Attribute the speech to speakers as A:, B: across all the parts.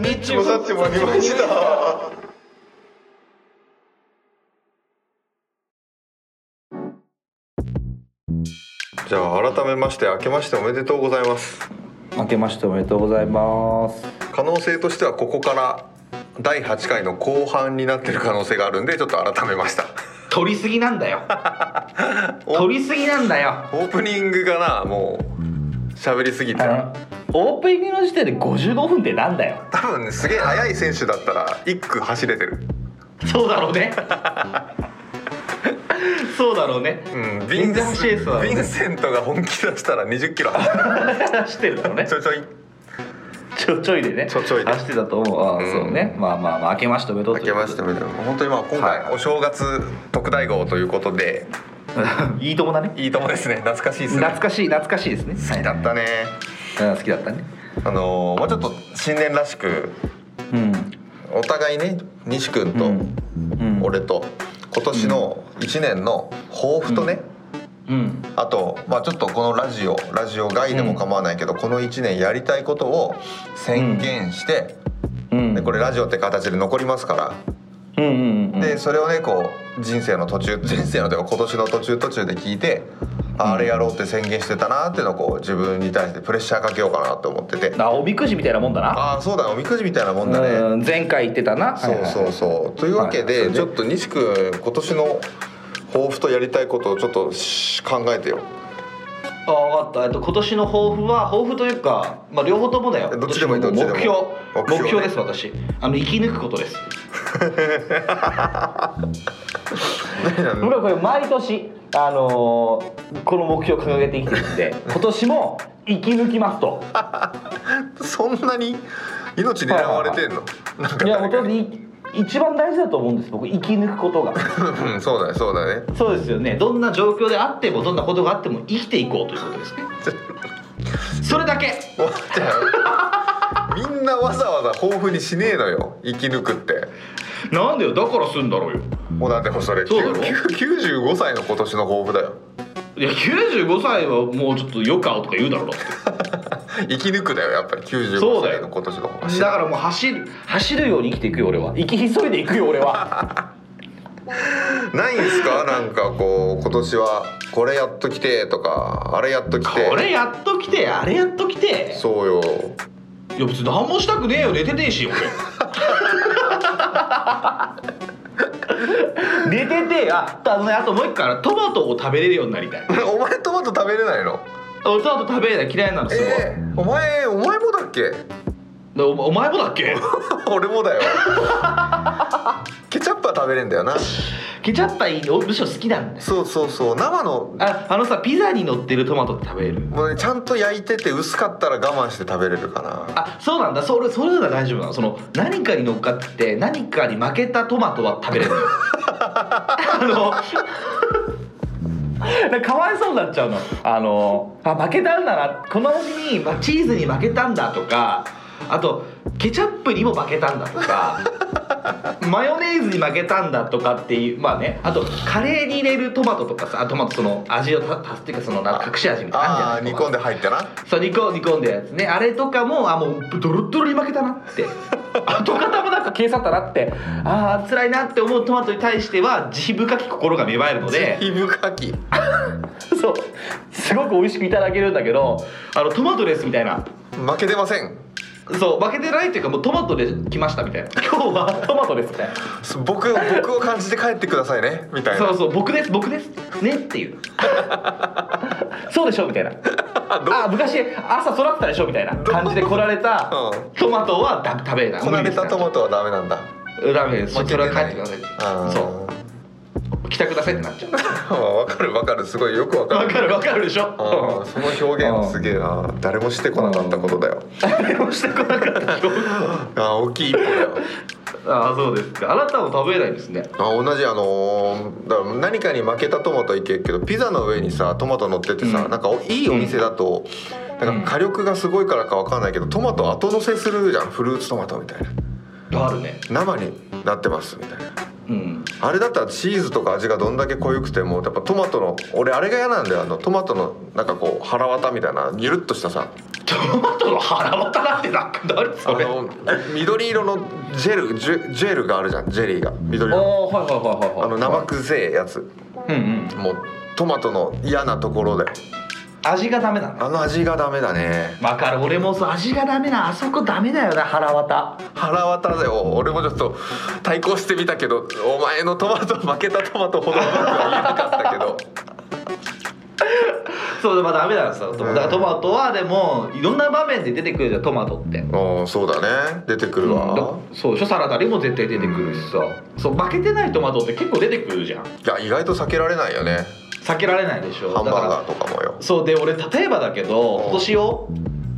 A: ニッチもサッチもありました。じゃあ改めまして明けましておめでとうございます。
B: 明けましておめでとうございます。
A: 可能性としてはここから第8回の後半になってる可能性があるんでちょっと改めました。
B: 取りすぎなんだ よ。取りすぎなんだよ。
A: オープニングがなもう喋りすぎて
B: あのオープニングの時点で55分ってなんだよ。
A: 多分ねすげえ速い選手だったら一区走れてる。
B: そうだろうね。 そうだろうね。
A: うん、ヴ
B: ビ
A: ィ
B: ン
A: ンセ
B: ダムシェイスは
A: ヴィンセントが本気出したら20キロ走る
B: 走ってるだろうね
A: ち。ょいちょい
B: ちょちょいでね。
A: ちょちょいで
B: 走ってたと思う。ああ、
A: うん
B: そうね。まあまあまあ明けましておめでとう
A: 明けましておめでとう本当にまあ今
B: は
A: 回
B: い
A: お正月特大号ということで
B: う。 いいともだね。
A: いいともですね懐かしいですね
B: 懐かしい懐かしいですね。
A: 好きだったね
B: はいうん好きだったね。
A: あのーまあちょっと新年らしく
B: うん。
A: お互いね西君
B: う
A: と
B: んうん。
A: 俺と今年の1年の抱負とね、
B: うん。
A: あと、まあ、ちょっとこのラジオラジオ外でも構わないけど、この1年やりたいことを宣言して、
B: うん。
A: でこれラジオって形で残りますから
B: うんうんうん。
A: でそれをねこう人生の途中 人生のというか今年の途中途中で聞いてああれやろうって宣言してたなっていうのをこう自分に対してプレッシャーかけようかなと思ってて
B: あおみくじみたいなもんだな。
A: ああそうだおみくじみたいなもんだね
B: うん前回言ってたな。
A: そうそうそうというわけ
B: はい
A: で
B: はい
A: ちょっと西君今年の抱負とやりたいことをちょっとし考えてよ
B: あ分かった、えっと、今年の抱負は抱負というか、まあ、両方ともだよ
A: どっちでもいい
B: どっち
A: どっ
B: 目
A: ちで
B: 標
A: も
B: 目標,、
A: 目標ね
B: です私あの生き抜くことです
A: 何なの
B: 俺はこれ毎年、あのーこの目標を掲げて生きてるん で今年も生き抜きますと
A: そんなに命狙われてんのなんか
B: いやもう
A: 誰
B: 当
A: か
B: に一番大事だと思うんです僕生き抜くことが
A: うんそうだねそうだね
B: そうですよねどんな状況であってもどんなことがあっても生きていこうということです ねそれだけ
A: 終わっちゃうみんなわざわざ抱負にしねえのよ生き抜くって
B: なんだよだからすんだろうよ
A: もうだってもうそれ
B: そうだろ
A: 95歳の今年の抱負だよ
B: いや95歳はもうちょっとよかとか言うだろうだって
A: 生き抜くだよやっぱり95
B: そうだ
A: 歳
B: よ
A: の今年の抱負
B: だからもう走る走るように生きていくよ俺は生き急いでいくよ俺は
A: ないんすかなんかこう今年はこれやっときてとかあれやっときて
B: これやっときてあれやっときて
A: そうよ
B: いや別に何もしたくねえよ寝てねえし俺 寝ててああのねあともう一個あるトマトを食べれるようになりたい
A: お前トマト食べれないの
B: 俺トマト食べれない嫌いなのすごい、
A: えー、お前お前もだっけ
B: でおお前もだっけ
A: 俺もだよ ケチャップは食べれんだよな
B: ケチャップはいいのむしろ好きなんだよ
A: そうそうそう生の
B: ああのさピザに乗ってるトマトって食べれる
A: もうねちゃんと焼いてて薄かったら我慢して食べれるかな
B: あそうなんだそれそれなら大丈夫なのその何かに乗っかって何かに負けたトマトは食べれるのよあのなんかかわいそうになっちゃうのあのあ負けたんだなこの味に、まあ、チーズに負けたんだとかあとケチャップにも負けたんだと かマヨネーズに負けたんだとかっていうまあねあとカレーに入れるトマトとかさあトマトその味をた足すっていうかそのなんか隠し味みたいなの
A: あ
B: あ
A: あ
B: るじゃない
A: 煮込んで入ってな
B: そう煮込煮込んだやつねあれとかもあもうドロッドロに負けたなって 跡形もなんか消え去ったなってああ辛いなって思うトマトに対しては慈悲深き心が芽生えるので
A: いぶかき
B: そうすごく美味しくいただけるんだけどあのトマトですみたいな
A: 負けてません
B: そう負けてないっていうかもうトマトで来ましたみたいな 今日はトマトですみたいな
A: す僕僕を感じて帰ってくださいねみたいな
B: そうそう僕です僕ですねっていう そうでしょみたいな あ昔朝育ってたでしょみたいな感じで来られた
A: うん
B: トマトはだ食べない
A: こなれたト
B: マ
A: マトはダメなんだ
B: ダメです
A: 負
B: そ
A: け
B: れ
A: て
B: は
A: ない
B: 帰ってください
A: あー
B: そう来てくださいってなっちゃう
A: まあわかるわかるすごいよくわか
B: わ
A: る
B: かるわかるでしょ
A: あーその表現はすげえな誰もしてこなかったことだよ
B: 誰もしてこなかった
A: あー大きい一歩だよ
B: ああそうですかあなたも食べないですね
A: あ同じあのーだから何かに負けたトマトいけるけどピザの上にさトマト乗っててさ、
B: うん
A: なんかおいいお店だと、なんか火力がすごいからかわかんないけどトマト後乗せするじゃんフルーツトマトみたいな
B: あるね
A: 生になってますみたいな
B: うん
A: あれだったらチーズとか味がどんだけ濃ゆくてもやっぱトマトの俺あれが嫌なんだよあのトマトのなんかこう腹渡みたいなゆるっとしたさ
B: トマトの腹渡なんてなんか誰
A: あ
B: それ
A: の緑色のジェルジェジェルがあるじゃんジェリーが緑
B: あー
A: の
B: はいはいはいはいはい
A: あの生くぜえやつ
B: うんうん
A: もうトマトの嫌なところで
B: 味がダメなんだ
A: あの味がダメだね
B: わかる俺もそう味がダメなあそこダメだよな腹渡
A: 腹渡だよ俺もちょっと対抗してみたけどお前のトマト負けたトマトほどうまくは言えなかったけど
B: そうでまあダメなんですよだからトマトはでもいろんな場面で出てくるじゃんトマトって
A: うんそうだね出てくるわ、
B: うんだそうでしょサラダにも絶対出てくるしさ、そう負けてないトマトって結構出てくるじゃん
A: いや意外と避けられないよね
B: 避けられないでしょ
A: ハンバー
B: だ
A: ガ
B: か
A: ーとかもよ
B: らそうで俺例えばだけど
A: うん
B: 今年を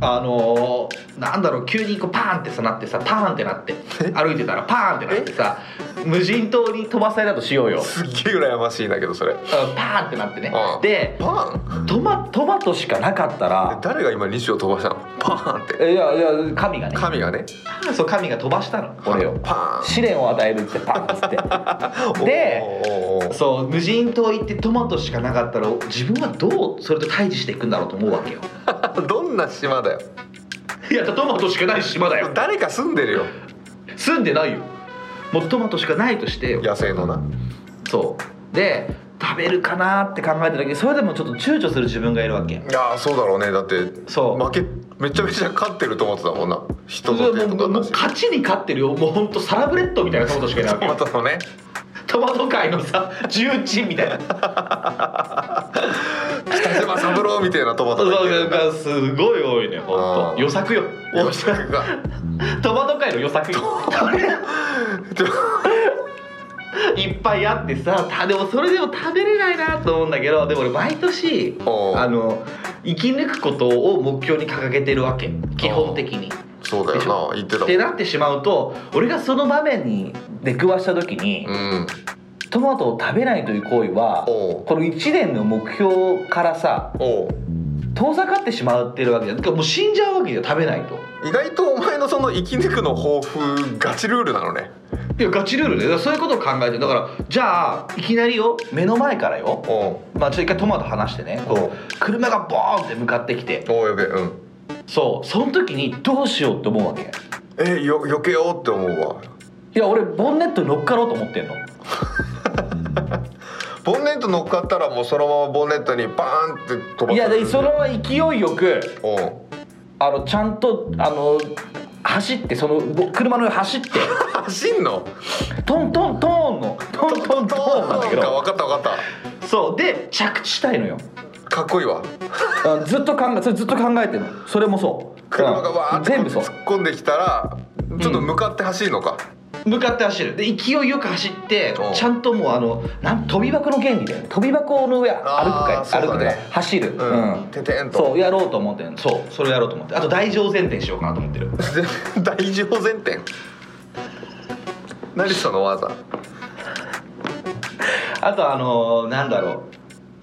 B: あのーなんだろう急にこうパーンってさなってさパーンってなって歩いてたらパーンってなってさ無人島に飛ばされたとしようよ
A: すっげえ羨ましいんだけどそれ
B: うんパーンってなってね
A: うん
B: で
A: パン
B: トマトマトしかなかったら
A: 誰が今西を飛ばしたのパンって
B: えいやいや神がね
A: 神がね
B: そう神が飛ばしたの俺を
A: パ
B: 試練を与えるってパンっ つって
A: ン
B: で
A: おーおーおー
B: そう無人島行ってトマトしかなかったら自分はどうそれと対峙していくんだろうと思うわけよ
A: どんな島だよ
B: いやトマトしかない島だよ
A: 誰か住んでるよ
B: 住んでないよもうトマトしかないとしてよ
A: 野生のな
B: そうで食べるかなって考えた時それでもちょっと躊躇する自分がいるわけ
A: いやーそうだろうねだって
B: そう
A: 負けめちゃめちゃ勝ってるトマトだもんな人
B: も
A: の手
B: う
A: と
B: も
A: か
B: うも
A: な
B: う
A: し
B: 勝ちに勝ってるよもうほんとサラブレッドみたいなトマトしかいない
A: ト
B: わけ
A: マ
B: よ
A: トのね
B: トマト界のさ重鎮みたいな
A: 北島三郎みたいなトマト
B: そう
A: がい
B: そう
A: るんだ
B: そうすごい多いねほ
A: あ
B: ん
A: ー
B: と予策よ
A: よしなんか
B: トマト界の予策よ いっぱいあってさたでもそれでも食べれないなと思うんだけどでも俺毎年
A: おう
B: あの生き抜くことを目標に掲げてるわけ基本的に。
A: そうだ
B: でしょ
A: よな言ってた
B: っ
A: も
B: て
A: ん
B: なってしまうと俺がその場面に出くわした時に、
A: うん
B: トマトを食べないという行為は
A: おう
B: この1年の目標からさ
A: おう
B: 遠ざかってしまってるわけじゃんてかもう死んじゃうわけじゃん食べないと。
A: 意外とお前のその生き抜くの抱負ガチルールなのね
B: いやガチルールでそういうことを考えてだからじゃあいきなりよ目の前からよ
A: おう
B: まあちょっと一回トマト離してね
A: おう
B: こう車がボーンって向かってきて
A: おうやべえうん
B: そうその時にどうしようって思うわけ
A: えよ避けようって思うわ
B: いや俺ボンネットに乗っかろうと思ってんの
A: ボンネット乗っかったらもうそのままボンネットにバーンって飛ばされる
B: いやでそのまま勢いよく
A: おう
B: あのちゃんとあの走ってそのぼ車の上走って
A: 走んの
B: トントントーンのトントントーンなんだけ
A: か
B: ど
A: 分かった分かっ
B: そうで着地したいのよ
A: たかっこいいわ
B: うんずっと考えそれずっと考えてるのそれもそう
A: 車がわー
B: うん
A: って
B: 全部そう
A: 突っ込んできたらちょっと向かって走るのか、
B: 向かって走るで勢いよく走って
A: うん
B: ちゃんともうあのなん飛び箱の原理だよね飛び箱の上歩く
A: あー
B: か
A: そうだね
B: 歩くか走る、
A: う
B: う
A: ん
B: ん
A: ててん
B: そ
A: と
B: うやろうと思ってんそうそれやろうと思ってあと大乗前転しようかなと思ってる
A: 大乗前転何その技
B: あとあのーなんだろう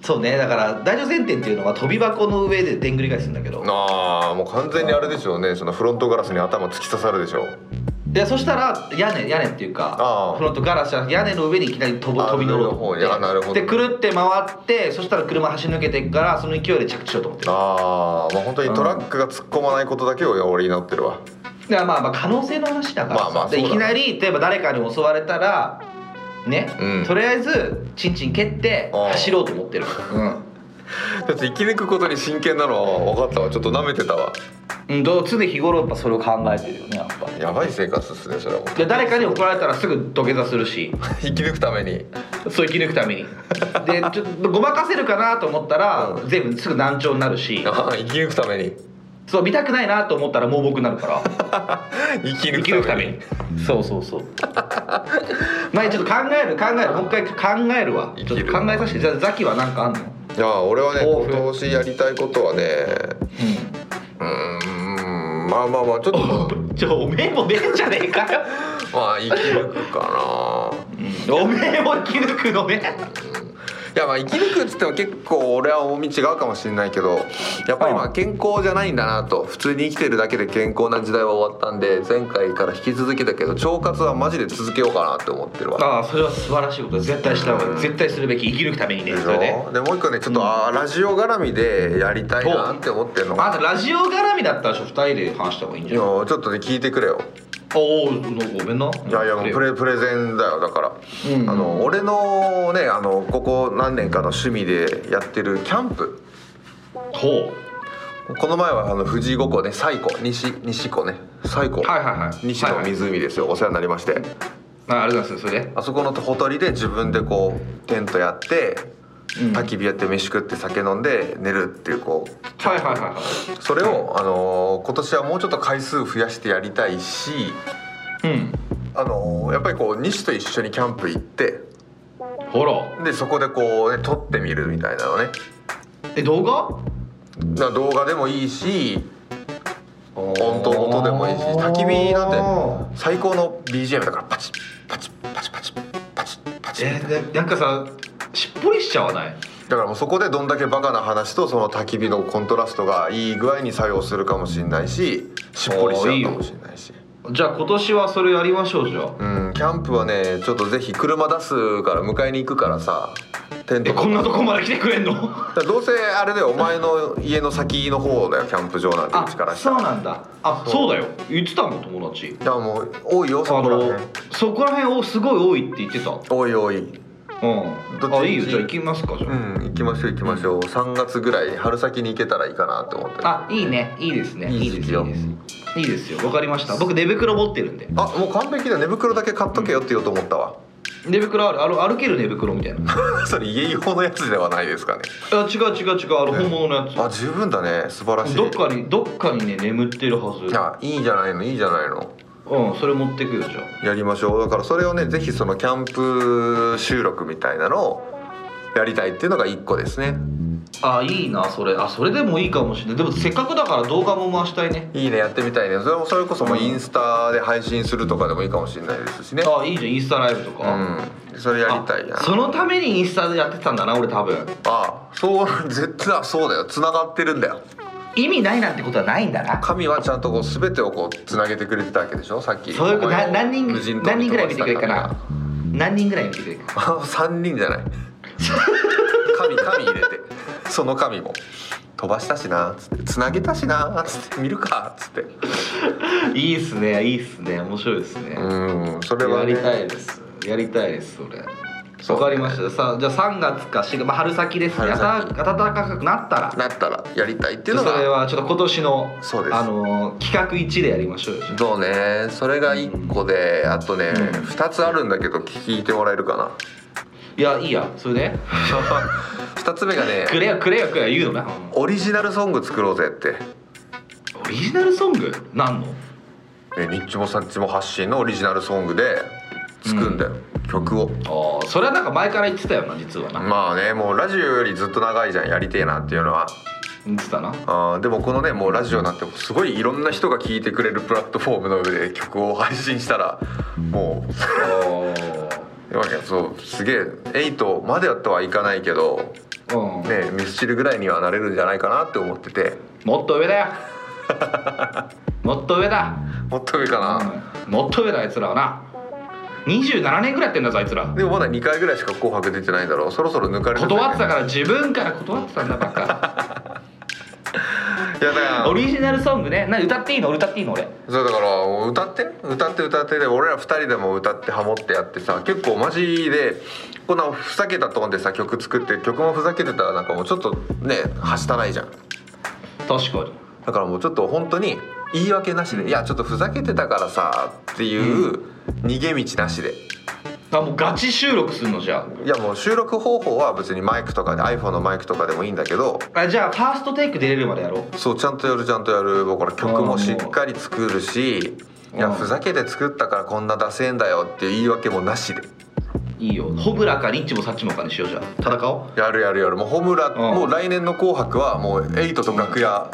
B: そうねだから大乗前転っていうのは飛び箱の上ででんぐり返すんだけど
A: あーもう完全にあれでしょうねそのフロントガラスに頭突き刺さるでしょう
B: いやそしたら屋根屋根っていう
A: あ
B: か
A: ー
B: フロントガラスじゃなくて屋根の上にいきなり飛ぶ
A: あ
B: 飛び乗ろうと思っ
A: 上の方にあなるほど
B: てでくるって回ってそしたら車走り抜けていくからその勢いで着地しようと思ってる
A: あーまあ本当にトラックが突っ込まないことだけを俺祈ってるわ
B: いやまあまあ可能性の話だからさ
A: まあまあ
B: で
A: そう
B: い
A: だ
B: き
A: ね
B: なり例えば誰かに襲われたらね、
A: うん
B: とりあえずチンチン蹴って
A: ああ
B: 走ろうと思ってるうん
A: ちょっと生き抜くことに真剣なのは分かったわちょっと舐めてたわ
B: うんどう常日頃やっぱそれを考えてるよねやっぱ
A: やばい生活っすねそれはもう
B: で誰かに怒られたらすぐ土下座する し
A: 生き抜くために
B: そう生き抜くためにでちょっとごまかせるかなと思ったら
A: う
B: 全部すぐ難聴になるし
A: あー生き抜くために
B: そう見たくないなと思ったら盲目になるから
A: 生き
B: 生
A: 抜
B: き抜
A: く
B: く
A: た
B: た
A: め
B: め
A: に
B: にそうそう そうまあちょっと考える考えるもう一回考えるわ
A: 生
B: ち
A: き
B: ょっ
A: る
B: と考えさせてじゃあザキは何かあんの
A: いや俺はね
B: 抱負
A: 今年やりたいことはねうーんまあまあまあちょ っと
B: うん、ちょおめえもねえんじゃねえかよ、
A: まあ生き抜くかな
B: おめえも生き抜くのね
A: いやまあ生き抜くっつっても結構俺は重み違うかもしれないけどやっぱりま
B: う
A: あ
B: ん
A: 健康じゃないんだなと普通に生きてるだけで健康な時代は終わったんで前回から引き続きだけど腸活はマジで続けようかなって思ってるわ
B: ああそれは素晴らしいことです絶対した方が絶対するべき生き抜くためにね
A: でし
B: それね
A: ょでもう一個ねちょっと、あーラジオ絡みでやりたいなって思ってるのが
B: あんたラジオ絡みだったら2人で話した方がいいん
A: い
B: じゃ
A: やち
B: ない
A: ょっとね聞いてくれよ
B: おおごめんない
A: いやいやもうプレプレゼンだよだから、
B: うん
A: あの俺のねあのここ何年かの趣味でやってるキャンプ
B: ほ
A: この前はあの富士五湖ね西湖西西湖ね西湖、
B: うはいはいはい
A: 西
B: はい
A: の
B: はい
A: 湖ですよ、お世話になりまして
B: あありがとうございますそれで
A: あそこのほとりで自分でこうテントやって
B: うん
A: 焚き火やって飯食って酒飲んで寝るっていうこう
B: はいはいはいは
A: それを、あのー今年はもうちょっと回数増やしてやりたいし、
B: いうん
A: あのーやっぱりこう西と一緒にキャンプ行って
B: ほら
A: でそこでこう、ね、撮ってみるみたいなのね
B: え動画
A: な動画でもいいし音と音でもいいし焚き火なんて最高の BGM だからパチッパチッパチッパチッパチッパチッ
B: えーでなんかさしっぽりしちゃわない
A: だからもうそこでどんだけバカな話とその焚き火のコントラストがいい具合に作用するかもしれないししっぽりしちゃうかもしれないし
B: じゃあ今年はそれやりましょうじゃあ
A: うんキャンプはねちょっとぜひ車出すから迎えに行くからさテン
B: え
A: ト
B: こんなとこ
A: も
B: まで来てくれんの
A: どうせあれだよお前の家の先の 方だよキャンプ場なんてうちか ら
B: あ
A: した
B: そう
A: ら
B: なんだあ
A: そ
B: そうだよ言ってたもん友達
A: じゃあもう多いよそ
B: あ
A: こら
B: の
A: 辺
B: そこら辺をすごい多いって言ってたう
A: 多い多いどっ
B: ん
A: ち
B: あいいよじゃあ行きますかじゃ
A: う
B: あ、
A: ん行きましょう行きましょう3月ぐらい春先に行けたらいいかなって思ってる
B: あいいねいいですね
A: い
B: い
A: い
B: い
A: で
B: ですす
A: よ
B: よいいですよわかりました僕寝袋持ってるんで
A: あもう完璧だ寝袋だけ買っとけよって言おうと思ったわ
B: 寝袋あるあの歩ける寝袋みたいな
A: それ家用のやつではないですかね
B: あ違う違う違うあの本物のや
A: あ十分だね素晴らし
B: つ
A: い
B: どっかにどっかにね眠ってるはず
A: あいいじゃないのいいじゃないの
B: うんそれ持ってくよじゃあ
A: やりましょうだからそれをねぜひそのキャンプ収録みたいなのをやりたいっていうのが一個ですね
B: あいいなそれあそれでもいいかもしれないでもせっかくだから動画も回したいね
A: いいねやってみたいねそれもそれこそもうインスタで配信するとかでもいいかもしれないですしね
B: あいいじゃんインスタライブと
A: う
B: か、
A: んそれやりたいな
B: あそのためにインスタでやってたんだな俺多分
A: あそう絶対そうだよ繋がってるんだよ
B: 意味ないなんてことはないんだな
A: 神はちゃんとこう全てをこうつなげてくれてたわけでしょさっき
B: そういうこと
A: お前
B: な
A: を
B: 何人
A: 無人島
B: 何
A: に
B: 人ぐ
A: 飛
B: らい
A: ば
B: 見
A: してた
B: くれるか
A: 神
B: な
A: が
B: 何人ぐらい見てくれるか
A: あ3人 じゃない神神入れてその神も飛ばしたしなつってつなげたしなつって見るかつって
B: いいっすねいいっすね面白いですね、
A: うんそれは、ね、
B: やりたいですやりたいですそれ
A: そう
B: わかりましたさあじゃあ3月か4月、まあ、春先ですね
A: 春
B: 暖
A: 先
B: 暖かくなったら
A: なったらやりたいっていうの
B: それ
A: が
B: はちょっと今年の
A: そうです
B: あのー企画1でやりましょうよじゃあ
A: そうねそれが1個であとね
B: うん
A: 2つあるんだけど聞いてもらえるかない
B: やいいやそれ で
A: 2つ目がね
B: くれよくれよくれよ言うのな
A: オリジナルソング作ろうぜって
B: オリジナルソングなんの
A: えニッチもサッチも発信のオリジナルソングで作んだよ、曲を
B: ああそれはなんか前から言ってたよな実はな、
A: まあねもうラジオよりずっと長いじゃんやりてえなっていうのは
B: 言ってたな
A: あーでもこのねもうラジオなんてすごいいろんな人が聴いてくれるプラットフォームの上で曲を配信したら もうわけそうすげえ8までやとはいかないけど
B: うん、
A: ねミスチルぐらいにはなれるんじゃないかなって思ってて
B: もっと上 だよもっと上だ、
A: もっと上かな、
B: うんもっと上だあいつらはな27年ぐらいやってんだぞあいつら
A: でもまだ2回ぐらいしか「紅白」出てないだろうそろそろ抜かれるんじゃない
B: 断ってたから自分から断ってたんだばっ か
A: いやだから
B: オリジナルソングねな歌っていいの俺歌っていいの俺
A: そうだからもう歌って歌って歌ってで俺ら2人でも歌ってハモってやってさ結構マジでこんなふざけたトーンでさ曲作って曲もふざけてたらなんかもうちょっとねはしたないじゃん
B: 確かに
A: だからもうちょっと本当に言い訳なしでいやちょっとふざけてたからさっていう逃げ道なしで
B: あもうガチ収録すんのじゃ
A: いやもう収録方法は別にマイクとかで iPhone のマイクとかでもいいんだけど
B: ああじゃあファーストテイク出れるまでやろう
A: そうちゃんとやるちゃんとやるだから曲もしっかり作るし
B: うん
A: いやふざけて作ったからこんな出せんだよっていう言い訳もなしで。
B: いいよホブラかリッチもサッチもかにしようじゃん戦お
A: やるやるやるもうホムラ、
B: ん
A: もう来年の「紅白」はもうエイトと楽屋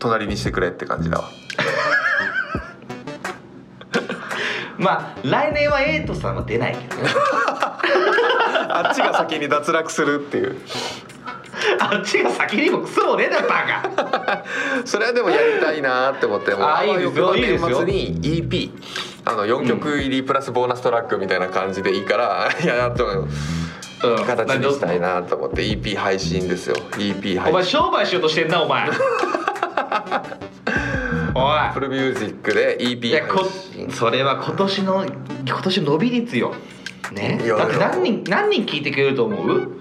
A: 隣にしてくれって感じだわ
B: うまあ来年はエイトさんは出ないけどね
A: あっちが先に脱落するっていう
B: あっちが先にもクソもねえだろ バカ
A: それはでもやりたいなって思ってもう
B: あーいいですよいい
A: 年
B: ですよ
A: 末に EP あの4曲入りプラスボーナストラックみたいな感じでいいから、 いやっと
B: うん
A: 形にしたいなと思って EP 配信ですよ EP
B: お前
A: 配信
B: 商売しようとしてんなお 前お
A: プ
B: い
A: ルミュージックで
B: い
A: EP
B: やこ
A: 配信
B: それは今年の今年の伸び率よね
A: いや
B: だって何人何人聞いてくれると思う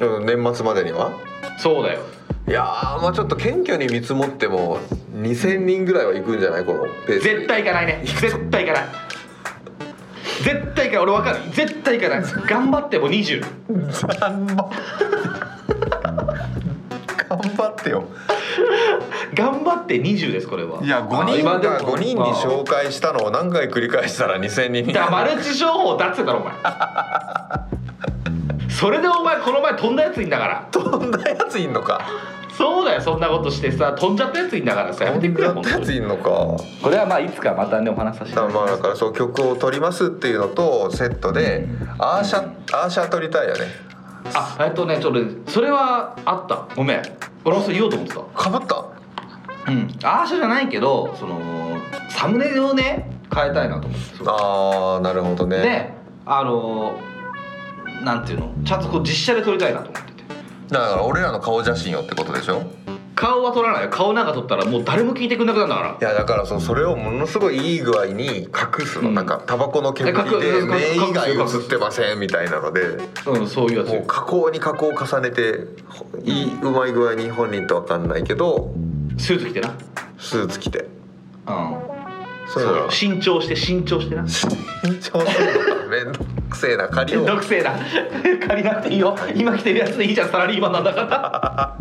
A: うん年末までには
B: そうだよ
A: いやーまあちょっと謙虚に見積もっても2000人ぐらいはいくんじゃないこのペースで
B: 絶対行かないね絶対行かない絶対行かない俺わかる絶対行かない頑張っても20
A: 頑張頑張ってよ
B: 頑張って20ですこれはい
A: や5人
B: 今でも
A: が5人に紹介したのを何回繰り返したら2000人に
B: だからマルチ商法だっつってんだろお前それでお前この前飛んだやついんだから
A: 飛んだやついんのか
B: そうだよそんなことしてさ飛んじゃったやついんだからさやめてくれ
A: 飛
B: 本
A: んだ
B: 当
A: やつ
B: に
A: いんのか
B: これはまあいつかまたねお話しさせてい
A: だ
B: ただき
A: からまあ
B: ま
A: だ
B: す
A: からそう曲を取りますっていうのとセットでアーシャアーシャ取りたいよね
B: あえっとねちょっとそれはあったごめん俺もそれ言おうと思ってた
A: かぶった
B: うんアーシャじゃないけどそのサムネをね変えたいなと思って
A: あーなるほどね
B: であのーなんていうのちゃんとこう実写で撮りたいなと思ってて
A: だから俺らの顔写真よってことでしょ
B: 顔は撮らないよ顔なんか撮ったらもう誰も聞いてくんなくなるんだから
A: いやだからそうそれをものすごいいい具合に隠すの、
B: うん
A: なんかタバコの煙で
B: え隠す
A: 目以外
B: 隠す
A: 映ってませんみたいなので
B: うん、そういうやつ
A: もう加工に加工を重ねてほいいうまい具合に本人とわかんないけど
B: スーツ着てな
A: スーツ着て
B: うん
A: そういうの
B: そう慎重して慎重してな
A: 緊張するのかめんどくせえな借
B: め
A: り
B: んど
A: よう
B: くせえな借りなくていいよ今着てるやつでいいじゃんサラリーマンなんだから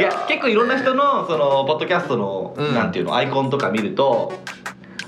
B: いや結構いろんな人のそのポッドキャストの、
A: うん
B: なんていうのアイコンとか見ると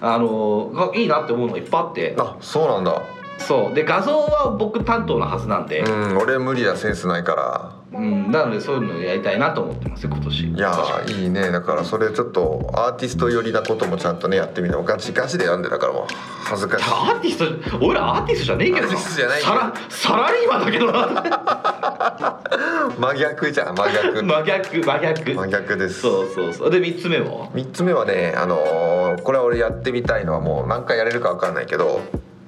B: あのあいいなって思うのがいっぱいあって
A: あそうなんだ
B: そうで画像は僕担当のはずなんで、
A: うん俺無理だセンスないから
B: うん、なのでそういうのやりたいなと思ってますよ今年
A: いやーいいねだからそれちょっとアーティスト寄りなこともちゃんとねやってみてもガチガチでやんでたからもう恥ずかしい
B: アーティスト俺らアーティストじゃねえけど
A: アーティストじゃないけど
B: サラサラリーマンだけどな
A: 真逆じゃん 真逆
B: 真逆真逆
A: 真逆です
B: そうそうそうで3つ目は
A: 3つ目はねあのーこれは俺やってみたいのはもう何回やれるかわかんないけど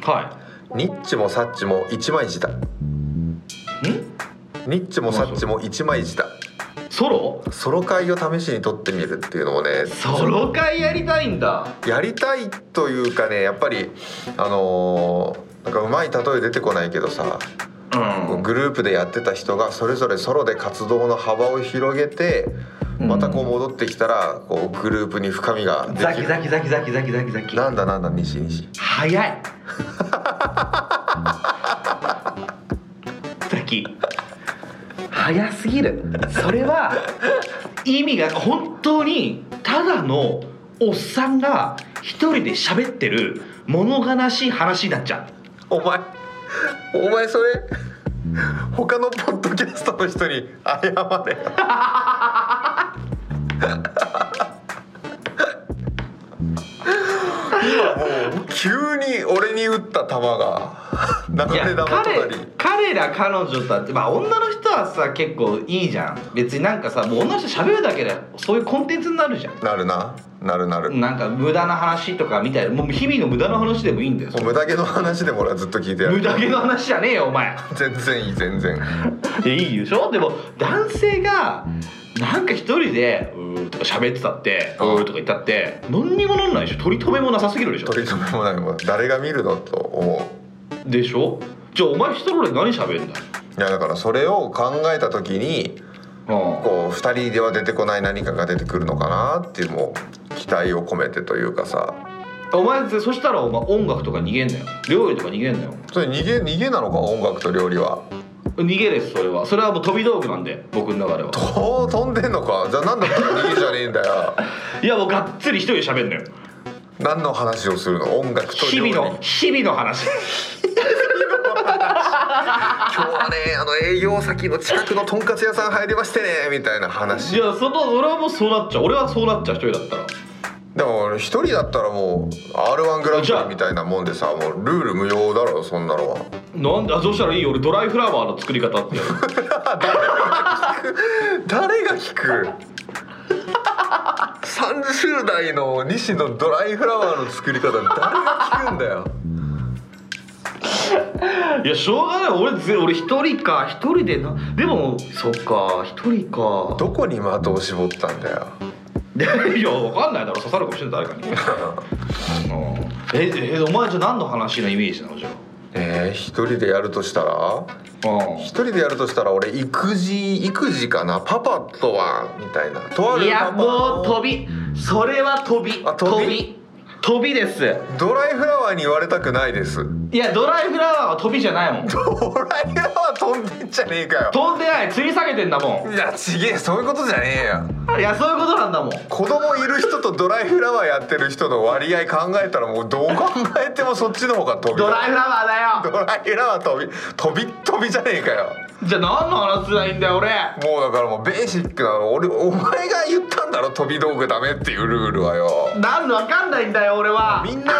B: は
A: ニッチもサッチも一枚舌
B: いん
A: ニッチもサッチも一枚舌
B: ソロ
A: ソロ会を試しに撮ってみるっていうのもね
B: ソロ会やりたいんだ
A: やりたいというかねやっぱりあのーなんかうまい例え出てこないけどさ
B: う
A: こうんグループでやってた人がそれぞれソロで活動の幅を広げてまたこう戻ってきたらこうグループに深みがで
B: ザキ
A: きる
B: ザキザキザキザキザキザキ
A: なんだなんだ西西
B: 早いザキ早すぎるそれは意味が本当にただのおっさんが一人で喋ってる物悲しい話になっちゃ
A: お前お前それ他のポッドキャストの人に謝れよ今もう急に俺に打った球が
B: うい
A: 流
B: や
A: れ球とな
B: 彼
A: り
B: 彼ら彼女たちまあ女の人はさ結構いいじゃん別になんかさもう女の人喋るだけでそういうコンテンツになるじゃん
A: なるななるなる、も
B: なんか無駄な話とかみたいなもう日々の無駄な話でもいいんだよ
A: う無駄毛の話でも俺はずっと聞いてや
B: 無
A: る
B: 駄毛の話じゃねえよお前
A: 全然いい全然
B: いやいいでしょでも男性がなんか一人で「うー」とか喋ってたって「うー」とか言ったって何にもなんないでしょ取り留めもなさすぎるでしょ
A: 取り留めもないもん誰が見るのと思
B: でしょじゃあお前一人で何喋んだよ
A: ういやだからそれを考えた時に
B: うん
A: こう2人では出てこない何かが出てくるのかなっていうもう期待を込めてというかさ
B: お前そしたらお前音楽とか逃げんなよ料理とか逃げんなよ
A: それ逃げ逃げなのか音楽と料理は
B: 逃げですそれはそれはもう飛び道具なんで僕の中では
A: と飛んでんのかじゃあ何だったら逃げじゃねえんだよ
B: いやもうがっつり一人で喋んなよ
A: 何の話をするの音楽と
B: 日
A: 料理
B: 々の日々の話
A: 今日はねあの営業先の近くのとんかつ屋さん入りましてねみたいない話
B: やその俺はもうそうなっちゃう俺はそうなっちゃう一人だったら
A: でゃん俺一人だったらもう r 1グランプリみたいなもんでさもうルール無用だろそんなのは
B: なんであそうしたらいいよ俺ドライフラワーの作り方ってやる
A: 誰が 聞く30代の西のドライフラワーの作り方誰が聞くんだよ
B: いやしょうがない俺ぜ俺一人か一人でなでもそっか一人か
A: どこに的を絞ったんだよ
B: いやわかんないだろ刺さるかもしれない誰かにうんええお前じゃあ何の話のイメージなのじゃ
A: えー、一人でやるとしたら
B: あうん
A: 一人でやるとしたら俺育児育児かなパパとはみたいなとある
B: いや
A: パパ
B: も
A: の
B: う飛びそれは飛び
A: あ飛び
B: 飛びです
A: ドライフラワーに言われたくないです
B: いやドライフラワーは飛びじゃないもん
A: ドライフラワー飛んでんじゃねえかよ
B: 飛んでない吊り下げてんだも
A: いやちげえそういうことじゃねえよ
B: んいやそういうことなんだもん
A: 子供いる人とドライフラワーやってる人の割合考えたらもうどう考えてもそっちの方が飛び
B: ドライ
A: イ
B: フラワーだ
A: ドライフラワー飛び飛び飛びじゃねえかよ
B: よじゃあ何の話すりゃいいんだよ俺
A: もうだからもうベーシックなの俺お前が言ったんだろ飛び道具ダメっていうルールはよ
B: 何のわかんないんだよ俺は
A: みんな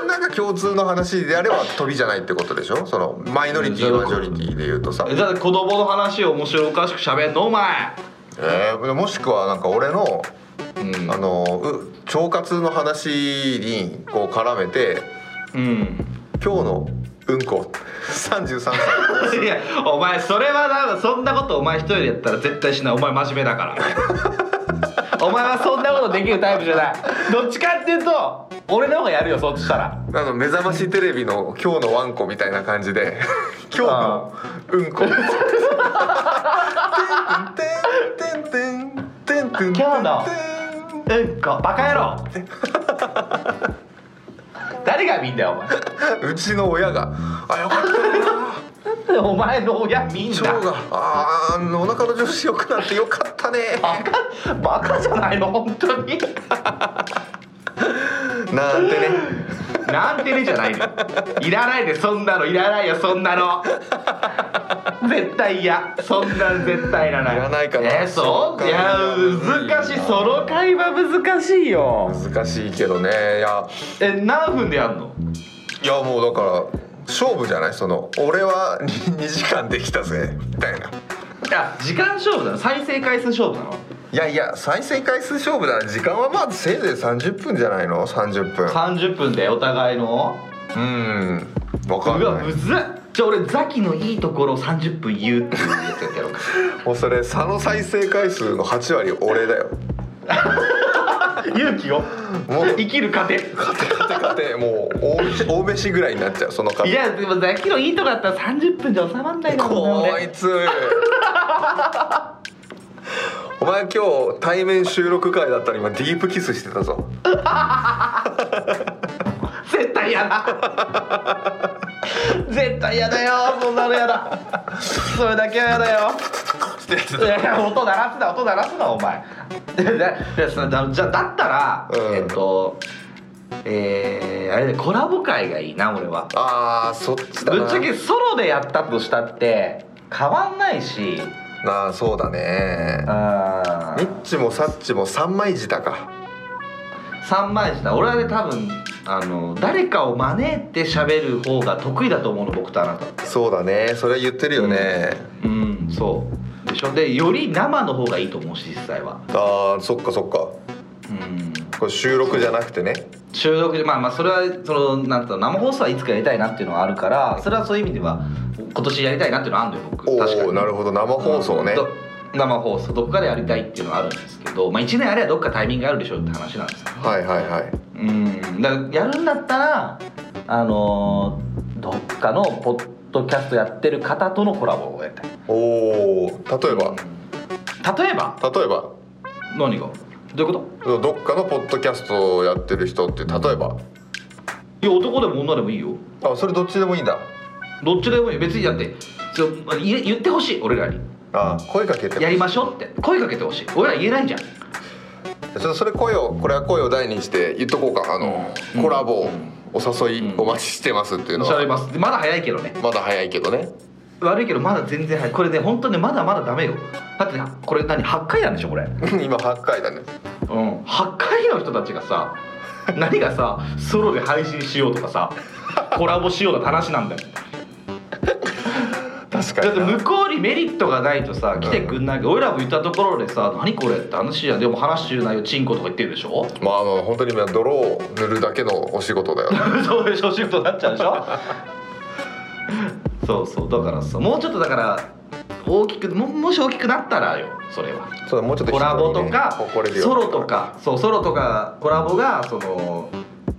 A: みんなが共通の話であれば飛びじゃないってことでしょそのマイノリティマジョリティで言うとさ
B: えだって子供の話を面白おかしく喋んのお前
A: えー、もしくはなんか俺の
B: うん
A: あのう腸活の話にこう絡めて
B: うん
A: 今日のうんこ33 歳
B: いやお前それはなんかそんなことお前一人でやったら絶対しないお前真面目だから お前はそんなことできるタイプじゃないどっちかっていうと俺の方がやるよそっちしたら
A: あの目覚ましテレビの「今日のワンコ」みたいな感じで「今日のうんこ」てんてんてんてんてんてんてん
B: 今日のうんこバカ野郎 誰が見んだよ
A: うちの親が「あよかった
B: お前お前の親見ん
A: 腸
B: な
A: があーお腹の調子良くなってよかったね
B: バカバカじゃないの本当に」
A: なんてね
B: なんてねじゃないのいらないでそんなのいらないよそんなの絶対嫌そんなん絶対いらない
A: いらないかな
B: えそ
A: そう
B: う
A: か
B: いや難しいその会話難しいよ
A: 難しいけどねいや
B: え何分でやんの
A: いやもうだから勝負じゃないその俺は2時間できたぜみたいない
B: や時間勝負なの再生回数勝負なの
A: いやいや再生回数勝負だな時間はまあせいぜい30分じゃないの30分
B: 30分でお互いの
A: うん分
B: う
A: かん
B: わ
A: ない
B: むずっじゃあ俺ザキのいいところを30分言うっていうやつやってやろうか
A: もうそれ差の再生回数の8割俺だよ
B: 勇気を
A: もう
B: 生きる糧
A: カテカテもう大飯大飯ぐらいになっちゃうその方
B: いやでもザキのいいとこだったら30分じゃ収まんないだろうな
A: こ
B: 俺
A: いつお前今日対面収録会だったら今ディープキスしてたぞ
B: 絶対嫌だ絶対嫌だよそんなの嫌だそれだけは嫌だよいやいや音鳴らすな音鳴らすなお前でででそのだじゃあだったら、
A: うん
B: えっとえー、あれでコラボ会がいいな俺は
A: あーそっちだな
B: ぶっちゃけソロでやったとしたって変わんないし
A: なあそうだね
B: あ
A: ニッチもサッチも三枚舌か
B: 三枚舌俺はね多分あの誰かを招いて喋る方が得意だと思うの僕とあなた
A: そうだねそれは言ってるよね、
B: うんそうでしょでより生の方がいいと思うし実際は
A: あーそっかそっか
B: うん
A: これ収録じゃなくてね
B: 収録でまあまあそれはそのなんと生放送はいつかやりたいなっていうのはあるからそれはそういう意味では今年やりたいなっていうのはあるのよ僕
A: お
B: 確か
A: お
B: に
A: なるほど生放送ね、
B: ど生放送どこかでやりたいっていうのはあるんですけど、まあ、1年あればどっかタイミングあるでしょって話なんですよ
A: はいはいはい
B: うんだからやるんだったらあのーどっかのポッドキャストやってる方とのコラボをやりたい
A: おお例えば、
B: 例えば
A: 例えば
B: 何がどういうこと
A: どっかのポッドキャストをやってる人って例えば
B: いや男でも女でもいいよ
A: あそれどっちでもいいんだ
B: どっちでもいい別にだってそれ言言ってほしい俺らに
A: あ声かけて
B: やりましょうって声かけてほしい俺ら言えないじゃん
A: ちょっとそれ声をこれは声を大にして言っとこうかあの、
B: うん
A: コラボ
B: うん
A: お誘い
B: うん
A: お待ちしてますっていうの
B: しゃ
A: は、
B: べりますまだ早いけどね
A: まだ早いけどね
B: 悪いけどまだ全然早いこれね本当ねまだまだダメよだってこれ何8回なんでしょこれ
A: 今8回だね
B: うん、8回の人たちが さ何がさソロで配信しようとかさコラボしようだって話なんだよだ
A: 確か
B: って
A: にな
B: 向こうにメリットがないとさ来てくんないけど、俺らも言ったところでさ「何これ」って話じゃんでも話してる内容チンコとか言ってるでしょ
A: まああの本当に今泥を塗るだけのお仕事だよ
B: そういう初心となっちゃうでしょ そうそうだからさもうちょっとだから大きくももし大きくなったらよそれは
A: そうだもうちょっと
B: コ
A: 人に
B: ラ
A: ね
B: ボとか
A: 誇れるよ
B: ソ
A: うに
B: ロとかそうソロとかコラボがその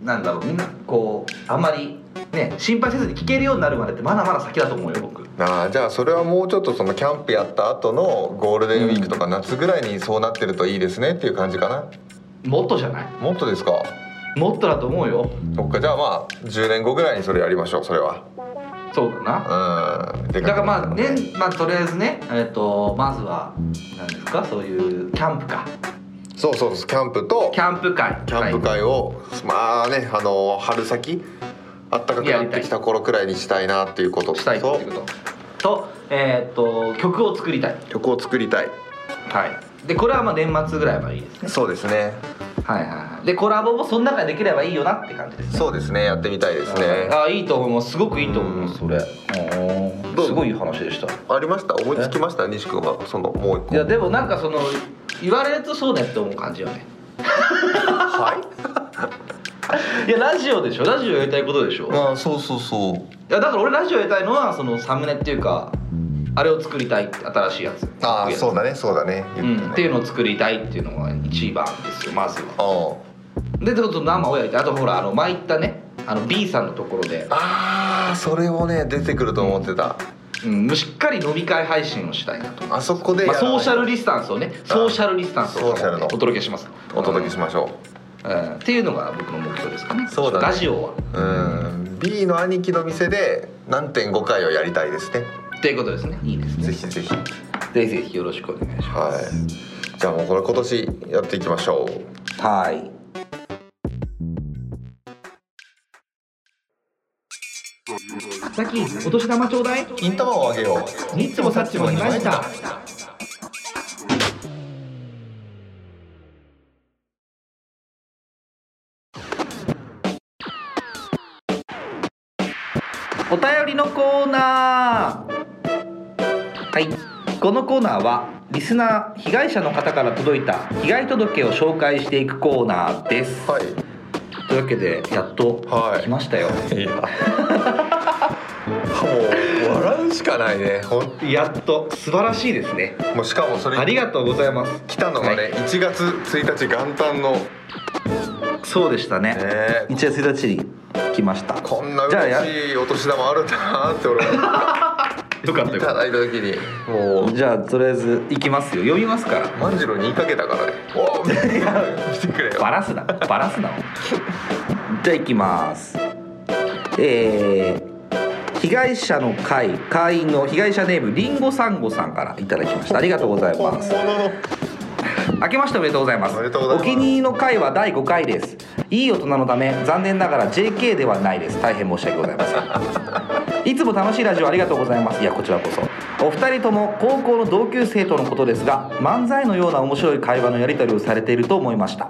B: なんだろうみんなこうあんまりね心配せずに聴けるようになるまでってまだまだ先だと思うよ僕
A: ああじゃあそれはもうちょっとそのキャンプやった後のゴールデンウィークとか夏ぐらいにそうなってるといいですねっていう感じかな
B: もっとじゃない
A: もっとですか
B: もっとだと思うよ
A: そっかじゃあまあ10年後ぐらいにそれやりましょうそれは
B: そうだな
A: うんで
B: だからまあ
A: ね
B: 年まあとりあえずねえっ、とまずは何ですかそういうキャンプか
A: そうそうそうキャンプと
B: キャンプ会
A: キャンプ
B: はい
A: 会を、まあねあの春先あったかくなってきた頃くらいにしたいなっていうこと
B: したいって
A: と
B: こととえっ、と曲を作りたい
A: 曲を作りたい
B: はいでこれはまあ年末ぐらいまでいいですね
A: そうですね
B: はいはいはいでコラボもその中でできればいいよなって感じですね
A: そうですねやってみたいですね
B: あいいと思いますすごくいいと思いますそれ
A: どう
B: すごいいい話でしたい
A: ありました思いつきました西君はそのもう一個
B: やでもなんかその言われるとそうねって思う感じよね
A: はい
B: やラジオでしょラジオやりたいことでしょ、い
A: あそうそうそう
B: やだから俺ラジオやりたいのはそのサムネっていうかあれを作りたいって新しいやつ
A: ああ
B: いや
A: そうだねそうだね
B: う
A: 言って
B: ん、
A: た
B: って
A: ね
B: いうのを作りたいっていうのが一番ですよまずは
A: あ
B: でちょっと生をやりたいあとほらあの前言ったねあの B さんのところで、
A: あーそれをね出てくると思ってた
B: うん、もうしっかり飲み会配信をしたいなと
A: あそこで
B: まあ、
A: やらない
B: ソーシャルディスタンスをねソーシャルディスタンスを
A: ソーシャルの
B: お届けします
A: お届けし
B: ま
A: ましょ
B: す、うんっていうのが僕の目標ですかね
A: そうだね
B: ラジオは
A: ううん B の兄貴の店で何点5回をやりたいですね
B: っていうことですねいいですね
A: ぜ
B: ぜ
A: ひぜひ
B: ひぜひよろしくお願いしま
A: はい。じゃあもうこれ今年やっていきましょう。
B: すはいさっきお年玉ちょうだい
A: 金玉をあげよう。
B: ニッツもサッチもいましたお便りのコーナーはいこのコーナーはリスナー被害者の方から届いた被害届を紹介していくコーナーです
A: はい。
B: というわけでやっと
A: はい
B: 来ましたよ、
A: いや。もう笑うしかないね。ほん
B: やっと素晴らしいですね
A: もうしかもそれ
B: ありがとうございます
A: 来たのがね、1月1日元旦のね
B: そうでしたね
A: え。
B: 1月1日に来ました
A: こんな
B: じゃあや
A: 嬉しいお年玉あるんだなって俺も
B: よかっ
A: い
B: よ
A: た
B: か
A: だいた時にも
B: った
A: う
B: じゃあとりあえず行きますよ読みますから
A: 万次郎に言いかけたからねおお見てくれよ
B: バラすな バラすなじゃあ行きますえー被害者の会会員の被害者ネームりんごさんごさんからいただきましたありがとうございます
A: 本物の
B: 明けましておめでとうございます
A: おめでとうございます
B: お気に入りの回は第5回ですいい大人のため残念ながら JK ではないです大変申し訳ございません いつも楽しいラジオありがとうございますいやこちらこそお二人とも高校の同級生とのことですが漫才のような面白い会話のやり取りをされていると思いました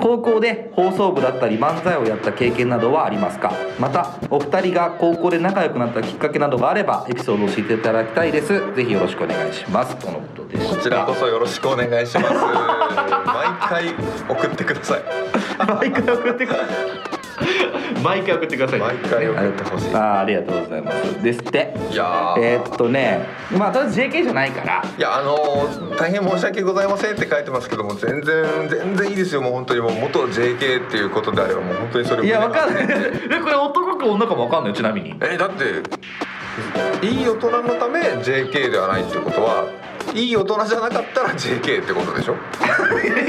B: 高校で放送部だったり漫才をやった経験などはありますかまたお二人が高校で仲良くなったきっかけなどがあればエピソードを教えていただきたいですぜひよろしくお願いしますとのことでした
A: こちらこそよろしくお願いします毎回送ってください
B: 毎回送ってください。毎回送ってください。
A: 毎回送ってほしい
B: あーありがとうございます。ですって。
A: いやー
B: えーっとね、まあとりあえず JK じゃないから。
A: いやあのー大変申し訳ございませんって書いてますけども全然全然いいですよもう本当にもう元 JK っていうことであればもう本当にそれ
B: いやわかん
A: い
B: ない。えこれ男か女かもわかんないちなみに。
A: えだっていい大人のため JK ではないっていうことはいい大人じゃなかったら JK ってことでしょっ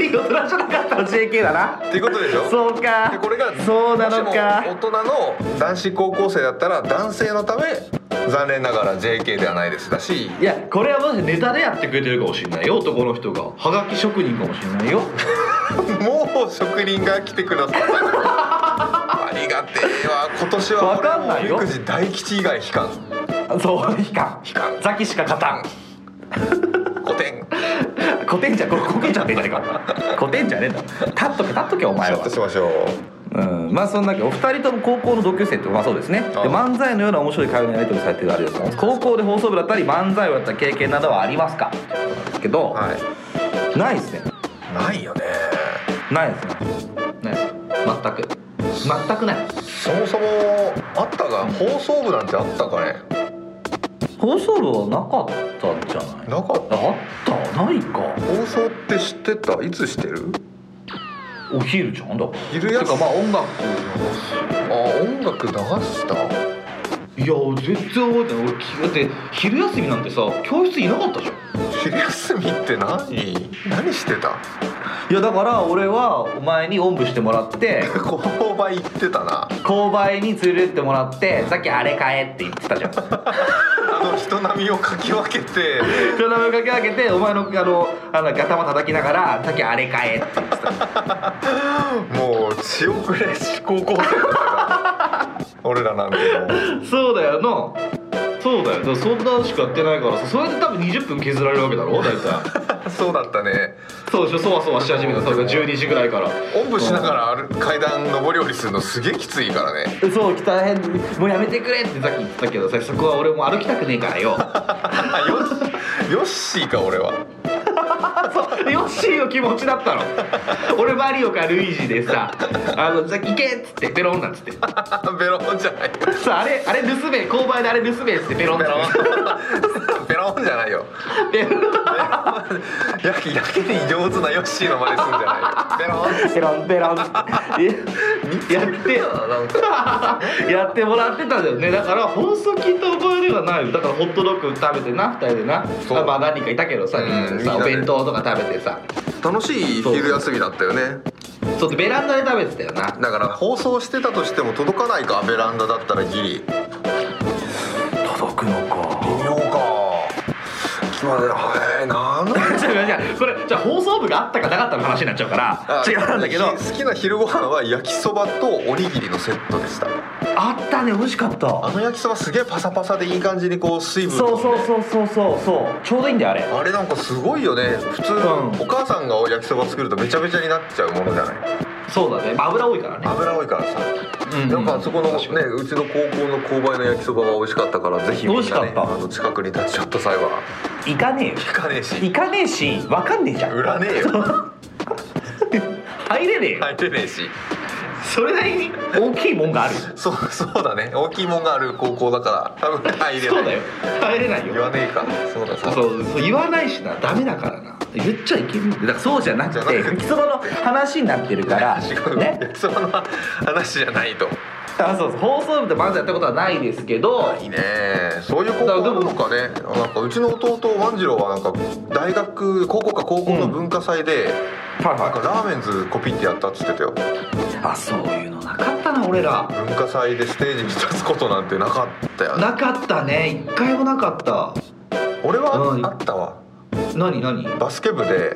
B: いい大人じゃなかったら JK だな。
A: ていうことでしょ
B: そうか
A: で。これが
B: そうなの
A: もしも大
B: か。
A: 人の男子高校生だったら男性のため残念ながら JK ではないですだし
B: いやこれはもしネタでやってくれてるかもしれないよ男の人がはがき職人かもしれないよ
A: もう職人が来てく ださったありがてえわ今年は
B: わかんないよ
A: 俺もう育児大吉以外悲 観
B: そう悲観
A: 悲観
B: ザキしか勝たん
A: 古典
B: 古典じゃこれ古典じゃねえじゃねえか古典じゃねえんだ立っとけ立っとけお前
A: シャッ
B: は
A: トしましょう
B: うんまあそんなわけでお二人とも高校の同級生ってまあそうですねで
A: ああ
B: 漫才のような面白い会話のやり取りされてるあれです高校で放送部だったり漫才をやった経験などはありますかっていうことなんですけど、
A: はい
B: ないですね
A: ないよね
B: ないですねないです全く全くない
A: そもそもあったが放送部なんてあったかね
B: 放送部はなかったんじゃない
A: なかった
B: あったないか
A: 放送って知ってたいつしてる
B: お昼じゃんだ
A: 昼やつ
B: てかまあ音楽
A: あ音楽流した
B: いや俺全然覚えてない俺きだって昼休みなんてさ教室いなかったじゃん
A: 昼休みって何何してた
B: いやだから俺はお前におんぶしてもら って
A: 購買行ってたな
B: 購買に連れてってもらってさっきあれ買えって言ってたじゃ んそ
A: あの人波をかき分けて
B: の名前かけ上げてお前のあのあの頭叩きながらさっきあれ買えって言ってた
A: もう血遅れし高校生だから俺らなんても
B: そうだよのそうだよだからそんなしかやってないからさそれで多分20分削られるわけだろ大 体
A: うそうだったね
B: そうでしょそわそわし始めたそれが12時ぐらいから
A: おんぶしながらある階段上り下りするのすげえきついからね
B: そう大変もうやめてくれってさっき言ってたけどさそこは俺も歩きたくねえからよ
A: あよしよっしーか俺は
B: そうヨッシーの気持ちだったの 俺マリオかルイージでさ「あのさ行け!」っつってペロンなんつって
A: ベロンじゃない
B: さああれあれ留守べ購買であれ留守べっつってペロン
A: ベ
B: ペ
A: ロ
B: ロン
A: ンベロンじゃないよ
B: ペロン
A: やけやけに上手なヨッシーの真似すんじゃないよベロン
B: ペロンペロンえやって
A: なんか
B: やってもらってたんだよねだから放送聞いた覚えではないよだからホットドッグ食べてな2人でな
A: そう
B: あまあ何人かいたけどさ,、
A: うん
B: さ
A: みんな
B: お
A: で
B: 弁当とか食べてさ
A: 楽しい昼休みだったよね
B: ちょっとベランダで食べてたよな
A: だから放送してたとしても届かないかベランダだったらギリ
B: 届くのか
A: 微妙かまあえー、なんだ
B: 違う違うこれじゃあ放送部があったかなかったの話になっちゃうから違うんだけど
A: ひ好きな昼ご飯は焼きそばとおにぎりのセットでした
B: あったね美味しかった
A: あの焼きそばすげえパサパサでいい感じにこう水分
B: そうそう
A: う
B: そうそうそうそうちょうどいいんだよあれ
A: あれなんかすごいよね普通、
B: ん
A: お母さんが焼きそば作るとめちゃめちゃになっちゃうものじゃない
B: そうだねまあ油多いからね
A: 油多いからさ、
B: うん
A: なんかそこのね
B: 確かに
A: うちの高校の購買の焼きそばが美味しかったからぜひみん
B: 美
A: な、ね、
B: 味しかった
A: あの近くに立ち寄った際は
B: 行かねえよ
A: 行かねえし
B: 行かねえし分かんねえじゃん
A: 売らねえよ
B: 入れねえよ、
A: 入れねえし
B: それなりに大きいもんがある
A: そう そうだね大きいもんがある高校だから多分入れない
B: そうだよ入れない
A: 言
B: よ
A: わねえかそうだ
B: そう
A: そう
B: そう言わないしなダメだからな言っちゃいけないんだよだからそうじゃなく
A: じゃ
B: て
A: なくて
B: 焼きそばの話になってるから
A: 違う、
B: ね
A: 焼きそばの話じゃないと
B: あそうそう放送部で漫才やったことはないですけど
A: いいねそういう高校あるのかねなんかうちの弟万次郎はなんか大学高校か高校の文化祭で、なんかラーメンズコピーってやったっつってたよ
B: あそういうのなかったな俺ら
A: 文化祭でステージに立つことなんてなかったよね
B: なかったね一回もなかった
A: 俺は
B: うん
A: あったわ
B: 何何
A: バスケ部で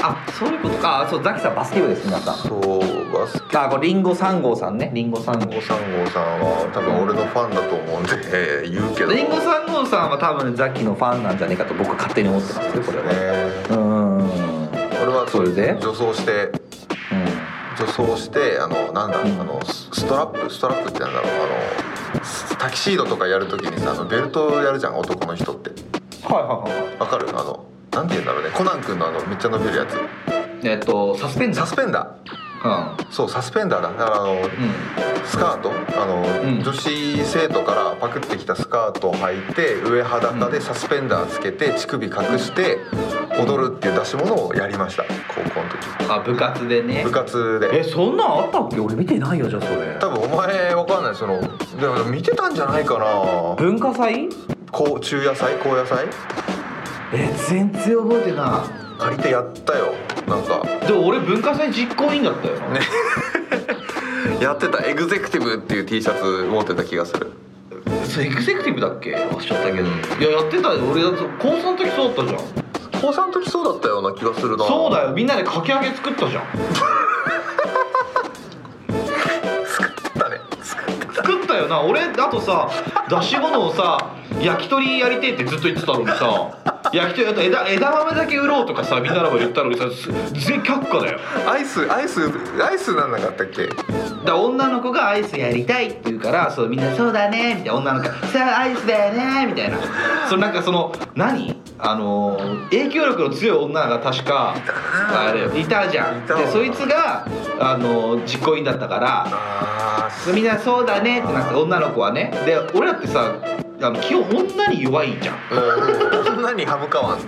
B: あそういうことかあそうザキさんバスケ部です皆さん
A: そうバスケ
B: あこれリンゴ3号さんねリンゴ3号
A: 部3号さんは多分俺のファンだと思うんで 言うけど
B: リンゴ3号さんは多分ザキのファンなんじゃねえかと僕は勝手に思ってますねこれは
A: ね
B: うーん
A: 俺は
B: それで
A: 女装して
B: う
A: 女装してあのなんだ、
B: うん
A: あのスストラップストラップってなんだろうあのスタキシードとかやるときにさあのベルトやるじゃん男の人って
B: んはいはいはいは
A: わかるあのなんて言うんだろうねコナン君のあのめっちゃ伸びるやつ
B: いえっとサスペンダ
A: サ
B: ー
A: スペンダーそうサスペンダーだだからあの
B: うん、うん、
A: スカートあの、
B: うん
A: 女子生徒からパクってきたスカートを履いて上裸でサスペンダーつけて乳首隠して踊るっていう出し物をやりました高校の時
B: あ部活でね
A: 部活で
B: えそんなんあったっけ俺見てないよじゃあそれ
A: 多分お前わかんないそのでも見てたんじゃないかな
B: 文化祭
A: 高中野菜高野菜
B: え全然覚えてな
A: 借りてやったよなんか
B: いでも俺文化祭実行委員だったよ、ね、
A: やってたエグゼクティブっていう T シャツ持ってた気がする
B: それエグゼクティブだっけ忘れちゃったけど、いややってたよ俺だって高3の時そうだったじゃん
A: 高3の時そうだったような気がするな
B: そうだよみんなでかき揚げ作ったじゃん
A: 作ってたね作ってた
B: 作ったよな俺あとさ出し物をさ焼き鳥やりてえってずっと言ってたのにさ焼き鳥あと枝枝豆だけ売ろうとかさみんならば言ったのにさす全却下だよ
A: アイスアイスアイスなんなかったっけ
B: だから女の子がアイスやりたいって言うからそうみんな「そうだね」みたいな女の子が「さあアイスだよね」みたいなそのなんかその何あのー影響力の強い女が確かあれいたじゃん
A: いたわ
B: でそいつがあのー実行委員だったから
A: あー
B: みんな「そうだね」ってなって女の子はねで俺らってさあの基本女に弱いじゃん
A: うん女に歯向かわん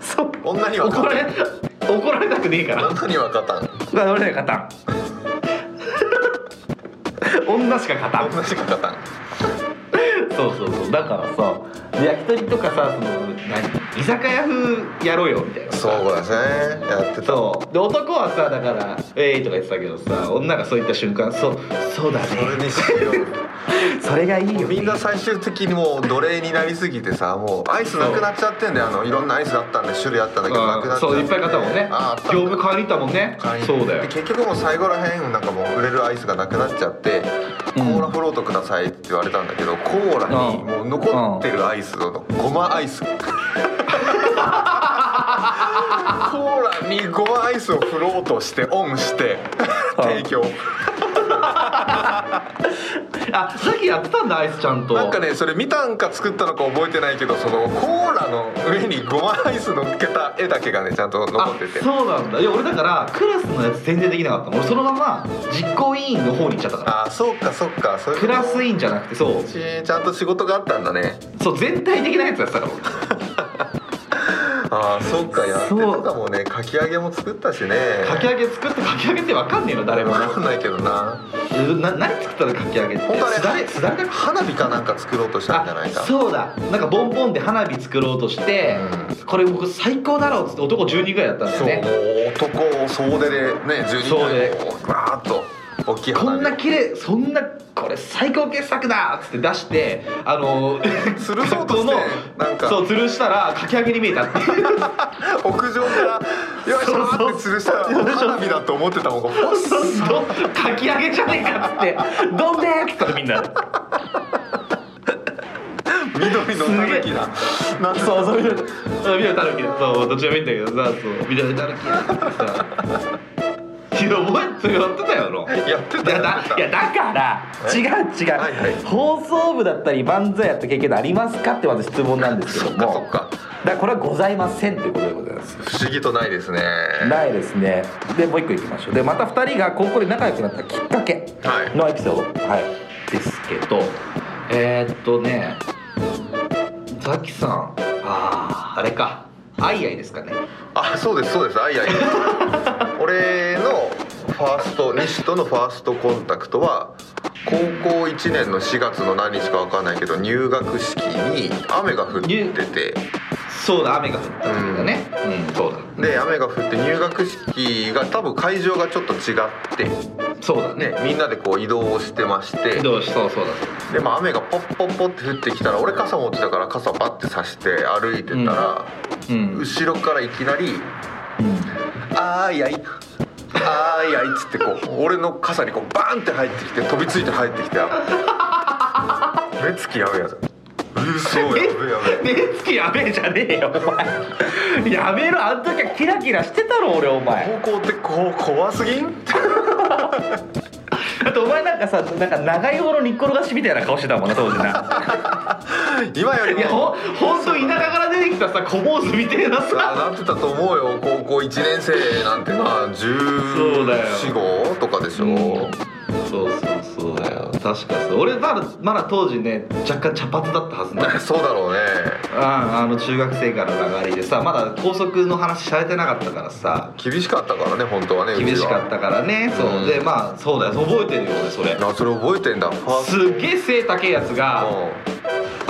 B: そう
A: 女には
B: 怒
A: 勝
B: ら
A: た
B: れ怒られたくねえから
A: ん 女には 勝たん
B: まあ俺ら勝たん女しか勝たん
A: 女しか勝たん
B: そうそうそうだからさ焼き鳥とかさその何居酒屋風やろうよみたいな
A: そうですねやってた
B: そうで男はさだから「えい」とか言ってたけどさ女がそう言った瞬間「そうそうだね
A: それにしよ
B: それがいいうよ
A: みんな最終的にもう奴隷になりすぎてさもうアイスなくなっちゃってんだよあのいろんなアイスだったんで種類あったんだけどなくなっちゃ
B: そういっぱい買ったもんね
A: ああった
B: 業務買いに行ったもんねそうだよ
A: で結局もう最後らへんなんかもう売れるアイスがなくなっちゃって、
B: うん
A: コーラフロートくださいって言われたんだけどコーラに
B: うん
A: もう残ってるアイスのごまアイスコーラにごまアイスをフロートしてオンして
B: うん
A: 提供
B: あさっきやってたんだアイスちゃんと
A: なんかねそれ見たんか作ったのか覚えてないけどそのコーラの上にごまアイス乗っけた絵だけがねちゃんと残
B: あ
A: ってて
B: そうなんだいや俺だからクラスのやつ全然できなかったの俺そのまま実行委員の方に行っちゃったから
A: ああそうかそうかそういうこ
B: ク
A: と
B: ラス委員じゃなくてそう
A: ちちゃんと仕事があったんだね
B: そう全体的なやつやってたから俺
A: ああそうかやって
B: そう
A: とかもねかき揚げも作ったしね
B: かき揚げ作ってかき揚げってわかんねえの誰も
A: わ かんないけどな
B: な何作ったのかき揚げって
A: 本当はね
B: すだれすだれだっけ
A: 花火かなんか作ろうとしたんじゃないか
B: あそうだなんかボンボンで花火作ろうとして、これ僕最高だろうっつって男10人ぐらいだったんだ
A: そ
B: よ
A: う
B: ね
A: もう男総出でね12人
B: 総出
A: でこうわーっと大きい
B: こ
A: 花
B: んな
A: 火
B: 綺麗そんなこれ最高傑作だっつって出してあのー、
A: 吊るそうとしてなんか
B: そう吊るしたらかき揚げに見えたって いう
A: 屋上から「よいしょ!」って吊るしたらもう花火だと思ってたもん
B: そうそうそうかき揚げじゃねえかっつって「どんで!」っつったのみんな
A: 緑のたぬきだなんか
B: そうそうそう緑たぬきだそうどっちでもいいんだけどさそう緑たぬきだってさいや覚えてやってたよな
A: やってた
B: いや
A: やって
B: だいやだから
A: え
B: 違う違う、
A: はいはい
B: 放送部だったり漫才やった経験ありますかってまず質問なんですけども
A: そっかそっか
B: だからこれはございませんということでございます
A: 不思議とないですね
B: ないですねでもう一個いきましょうでまた2人が高校で仲良くなったきっかけ
A: はい
B: のエピソード、はいですけどえー、っとねザキさんあーあれかアイアイですかね
A: あそうですそうですあいあい 俺のファースト西とのファーストコンタクトは高校1年の4月の何日か分かんないけど入学式に雨が降ってて
B: そうだ雨が降った時だねうん、そうだ
A: で雨が降って入学式が多分会場がちょっと違って、
B: そうだね
A: ね、みんなでこう移動をしてまして
B: どうしそうそうだ
A: で、まあ、雨がポッポッポッって降ってきたら俺傘持ってたから傘バッてさして歩いてたら、
B: そううん
A: 後ろからいきなりあーいあいあーいあいっつってこう俺の傘にこうバーンって入ってきて飛びついて入ってきて目つきやべえやつ嘘やべえやべえ
B: 目つきやべえじゃねえよお前やめろあん時はキラキラしてたろ俺お前
A: 高校ってこう怖すぎん
B: だってお前なんかさなんか長い方の煮っころがしみたいな顔してたもんな当時な
A: 今より
B: いや
A: も
B: ほほんと田舎から出てきたさ小坊主みたいな
A: あ
B: さ
A: なってたと思うよ高校1年生なんてな
B: そうだよ
A: 1415とかでしょ、
B: そうそうそうだよ確かそう俺まだまだ当時ね若干茶髪だったはずなんだ
A: そうだろうね
B: ああの中学生からの流れでさまだ高速の話されてなかったからさ
A: 厳しかったからね本当はねうちは
B: 厳しかったからねそう、
A: うん
B: でまあそうだよ覚えてるよ俺それ
A: あそれ覚えてんだファース
B: すっげえ背高いやつ
A: ト
B: が
A: う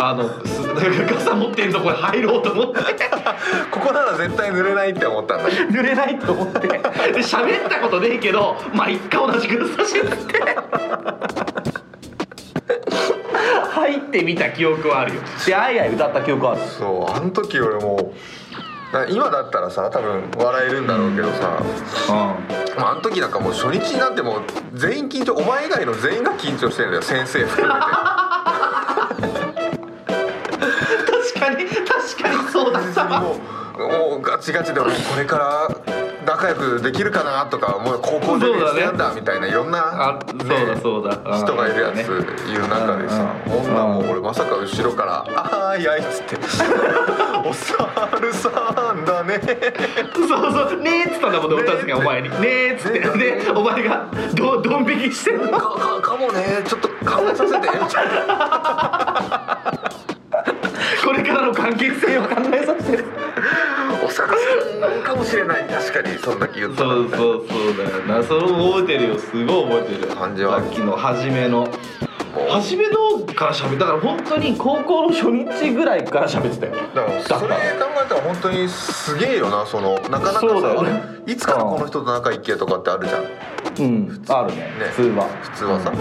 A: ん
B: あのす なんか傘持ってんとこに入ろうと思って
A: ここなら絶対濡れないって思ったんだけど
B: 濡れないと思ってで喋ったことねえけどまあ一回同じくさしって入ってみた記憶はあるよであいあい歌った記憶ある
A: そうあの時俺もうだから今だったらさ多分笑えるんだろうけどさ、まあ、あの時なんかもう初日になってもう全員緊張お前以外の全員が緊張してるんだよ先生含めて
B: 確かに確かにそうだったわ
A: もうもうガチガチで俺これから仲良くできるかなとかもう高校デビューしてやんだみたいないろんな、
B: あそうだそうだあー
A: 人がいるやつい
B: ね
A: る中でさ
B: うんうん
A: 女も俺まさか後ろから「あーいあい」っつって「お猿さんだね」
B: そうそうねえっつったんだもんねおたつがお前にねえっつって
A: ねえ
B: でお前がどドン引きしてんの
A: かかかもねちょっと考えさせてみたいな
B: これからの関係性を考えさせて
A: お猿さんかもしれない確かにそんだけ言ったら
B: そうそうそうだよなそれ覚えてるよすごい覚えてるよ
A: 感じは
B: さっきの初めの初めのから喋っただから本当に高校の初日ぐらいから喋ってたよ
A: だからそれ考えたら本当にすげえよなそのなかなかさ
B: そうだよね
A: 俺いつからこの人と仲いいけとかってあるじゃん
B: うんあるね
A: ね
B: 普通は
A: 普通はさ、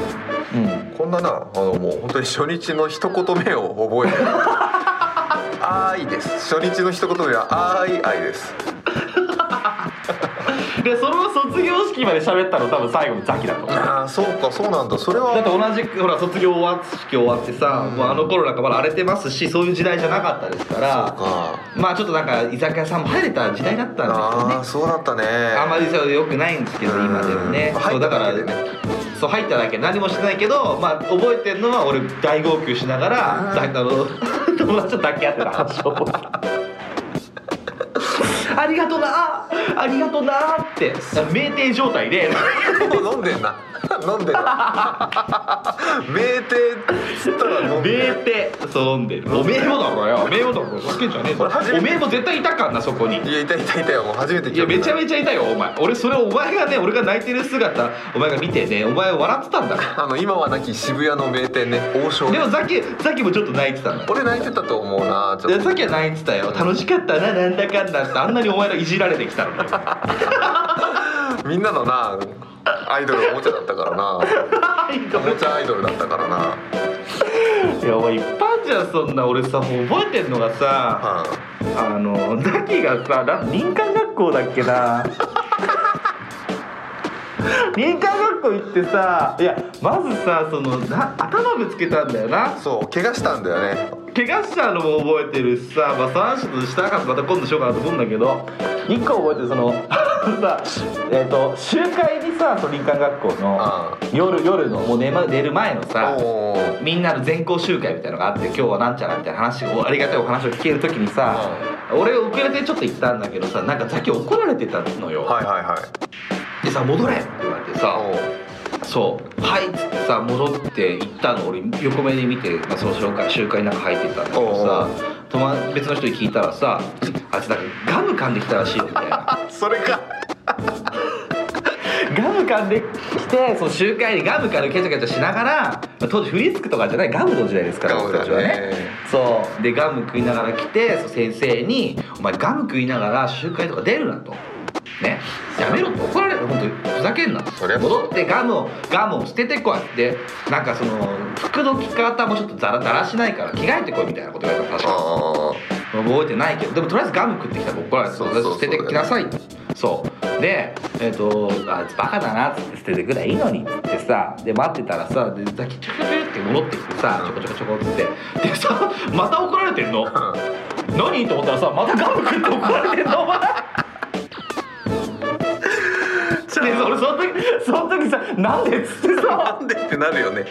B: うん
A: こんななあのもう本当に初日の一言目を覚えてる あーいです初日の一言目はあーいあいです
B: でその卒業式まで喋ったの多分最後のザキだと思う
A: ああそうかそうなんだそれ
B: だ
A: は
B: って同じほら卒業終わ式終わってさ、もうあの頃なんかまだ荒れてますしそういう時代じゃなかったですから
A: あ
B: まあちょっとなんか居酒屋さんも入れた時代だったんです
A: あ
B: よ
A: ー
B: ね
A: そうだったね
B: あんまりそうよくないんですけど
A: うん
B: 今でもね
A: まあ
B: そう
A: 入っただけでね
B: そう入っただけ何もしてないけど、まあ、覚えてるのは俺大号泣しながら
A: あ
B: だあ
A: ー
B: の 友達と抱き合ってた話をありがとなありがとなって酩酊状態で
A: もう 飲んでんな飲んでんな 酩酊っつったら飲んでる
B: 酩酊そう飲んでるおめえもだろよおめえもだろふざけんじゃねえぞ
A: 俺初めて
B: おめえも絶対いたかんなそこに
A: いやいたいたいたよもう初めて聞い
B: いやめちゃめ
A: ち
B: ちゃ痛いよお前俺それお前がね俺が泣いてる姿お前が見てねお前笑ってたんだか
A: ゃあの今はなき渋谷の名店ね王将
B: ら
A: ね
B: でもザキザキもちょっと泣いてたんだ
A: 俺泣いてたと思うなちょっ
B: で
A: と
B: さっきは泣いてたよ楽しかったななんだかんだってあんなにお前らいじられてきたのに
A: みんなのなアイドルおもちゃだったから なおもちゃアイドルだったからない
B: やお前一般じゃんそんな俺さもう覚えてんのがさ
A: は
B: あのザキがさなん林間学校だっけな林間学校行ってさいやまずさそのな頭ぶつけたんだよない
A: そう怪我したんだよね
B: 怪我したのも覚えてるしさ、まあ、3種としたかまた今度しようかなと思うんだけど1個覚えてるその さえっ、と集会にさその林間学校の夜夜のもう寝,、ま、寝る前のさ
A: おー
B: みんなの全校集会みたいなのがあって今日はなんちゃらみたいな話をありがたいお話を聞ける時にさ、俺遅れてちょっと行ったんだけどさなんかさっき怒られてたのよ、
A: はいはいはい
B: でさ戻れって言われてさ、
A: お
B: そう「はい」っつってさ戻って行ったの俺横目で見て、まあ、その紹介集会の中入ってったんだけどさ友達別の人に聞いたらさあいつなんかガム噛んできたらしいよみたいな
A: ーそれか
B: ガム噛んできてその集会にガムからケチャケチャしながら、まあ当時フリスクとかじゃないガムの時代ですから
A: ガムだね
B: 僕たちはそうでガム食いながら来てそう先生に「お前ガム食いながら集会とか出るな」と。ね、やめろと怒られる本当にふざけんな
A: そりゃそう
B: 戻ってガムをガムを捨ててこいでなんかその服の着方もちょっとだらだらしないから着替えてこいみたいなこと言われたの確か
A: あ
B: 覚えてないけどでもとりあえずガム食ってきたら怒られて
A: そう
B: と
A: そ
B: りあえず
A: うそう
B: 捨ててきなさいそうでえっ、とあいつバカだなっつって捨ててくらいいいのにっつってさで待ってたらさでザキチョコチョコって戻ってきてさちょこちょこちょこっつってでさ また怒られてんの
A: あ
B: 何と思ったらさまたガム食って怒られてんのお前で俺その時その時さなんでっつってさ
A: なんでってなるよね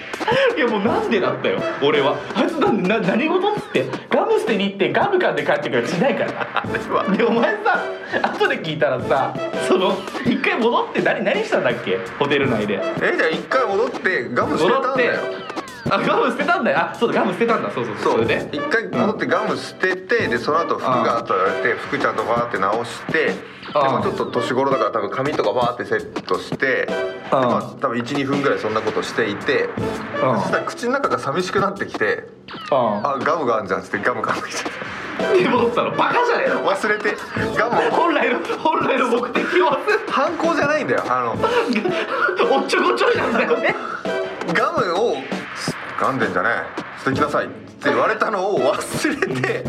B: いやもうなんでだったよ俺はあいつなんでな何事っつってガム捨てに行ってガム噛んで帰ってくるしないから
A: あれは
B: でお前さ後で聞いたらさその一回戻って何何したんだっけホテル内で
A: えじゃあ一回戻ってガム捨て
B: 戻
A: た
B: っ
A: ん
B: て
A: だよ
B: あガム捨てたんだよあそうだガム捨てたんだそうそうそう
A: そう
B: れで
A: 一回戻ってガム捨ててでその後服が取られて服ちゃんとバーって直してで
B: ああ
A: まあちょっと年頃だから多分髪とかバーってセットして
B: ああ
A: まあ多分12分ぐらいそんなことしていて
B: うん
A: そしたら口の中が寂しくなってきて「
B: あ
A: あガムがあんじゃん」っつってガム噛んできちゃった
B: で戻ったのバカじゃねえの
A: 忘れてガムを
B: 本来の本来の目的を忘れ
A: 犯行じゃないんだよあの
B: た おっちょこちょいなんだよね
A: ガムを 「噛んでんじゃねえ捨てきなさい」って言われたのを忘れて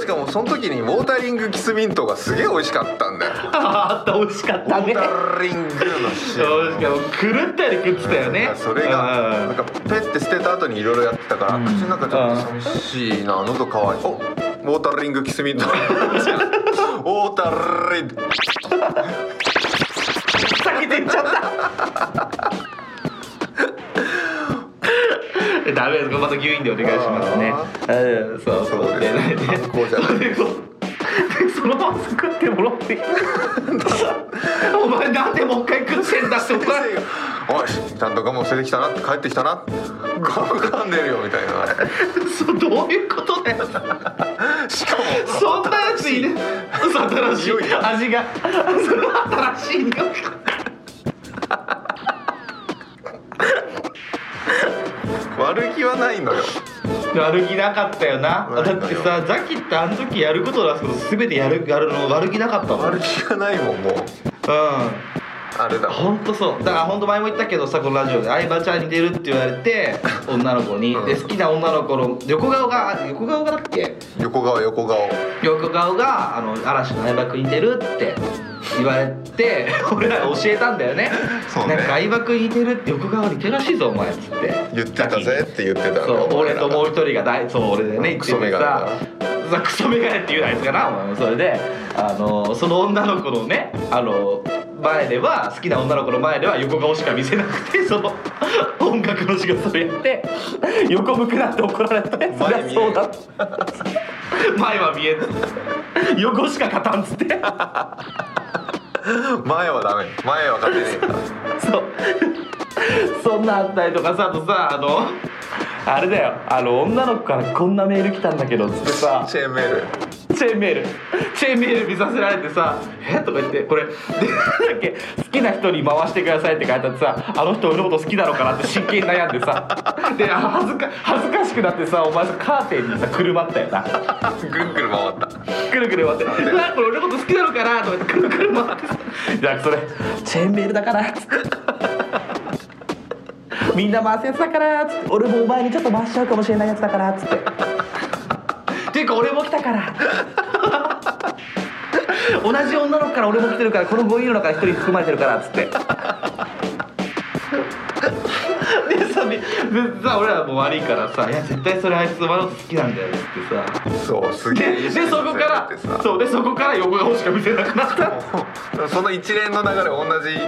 A: しかもその時にウォータリングキスミントがすげえ美味しかったんだよ
B: あった美味しかっ
A: ウォ
B: た
A: ー
B: ね
A: タリングのシ
B: そうし
A: ーン
B: かも狂ったように食ってたよね
A: それが
B: う
A: なん
B: ん
A: かペッて捨てた後にいろいろやってたから、
B: うん
A: 私なんかちょっと寂しいな喉乾いおウォータリングキスミントウォータリング
B: 避けてっちゃったダメですこれまた吸引でお願いしますね
A: あ
B: うんそうそう
A: そうです
B: ね
A: あこうじゃない
B: でそのまま作ってもらってお前なんでもう一回食ってんだってお前
A: おいちゃんとガムを捨ててきたな帰ってきたなガム噛んでるよみたいな
B: そうどういうことだよ
A: しかも
B: そんなやついる嘘新しい
A: 匂いが
B: 味がその新しい匂いが
A: 悪気はないのよ
B: 悪気なかったよな
A: 悪いの
B: だ
A: よ
B: ってさザキってあの時やること出すこと全てやるやるの悪気なかったもんうん
A: 悪気がないもんもうあれだもん
B: 本当そうだから本当前も言ったけどさこのラジオで「相葉ちゃんに似てる」って言われて女の子に、
A: うん
B: で好きな女の子の横顔が横顔がだっけ
A: 横顔横顔
B: 横顔があの嵐の相葉君に似てるって言われて 俺ら教えたんだよね
A: そうね
B: なんか相葉君に似てるって横顔似てるらしいぞお前っつって
A: 言ってたぜって言ってたんだ
B: そう
A: お前
B: 俺
A: ら
B: ともう一人が大そう俺でね
A: クソメガネだ
B: ネさクソメガネって言うなやつかなお前もそれであのその女の子のねあの前では好きな女の子の前では横顔しか見せなくてその音楽の仕事をやって横向くなって怒られてそり
A: 前
B: ゃ
A: 見え
B: そうだ前は見えない横しか勝たんっつって
A: 前はダメ前は勝てねえから
B: そうそんなあったりとかさあとさあのあれだよあの女の子からこんなメール来たんだけどっつってさ
A: チェーンメール
B: チェーンメールチェーンメール見させられてさ「えとか言ってこれでなんだっけ好きな人に回してくださいって書いてあってさあの人俺のこと好きなのかなって真剣に悩んでさであ恥ずか恥ずかしくなってさお前さカーテンにさくるまったよな
A: ぐんぐる回った
B: くるくる回って「うわこれ俺のこと好きなのかな」とか言ってくるくる回ってさ「じゃあそれチェーンメールだから」つって。みんな回すやつだからつって俺もお前にちょっと回しちゃうかもしれないやつだからつってっていうか俺も来たから同じ女の子から俺も来てるからこの5人の中で1人含まれてるからっつってでさででさ俺らもう悪いからさ「いや絶対それあいつ俺のこと好きなんだよ」っつってさ
A: そうすげえ
B: ででそこから
A: ってさ
B: そうでそこから横顔しか見せなくなった
A: もうその一連の流れ同じ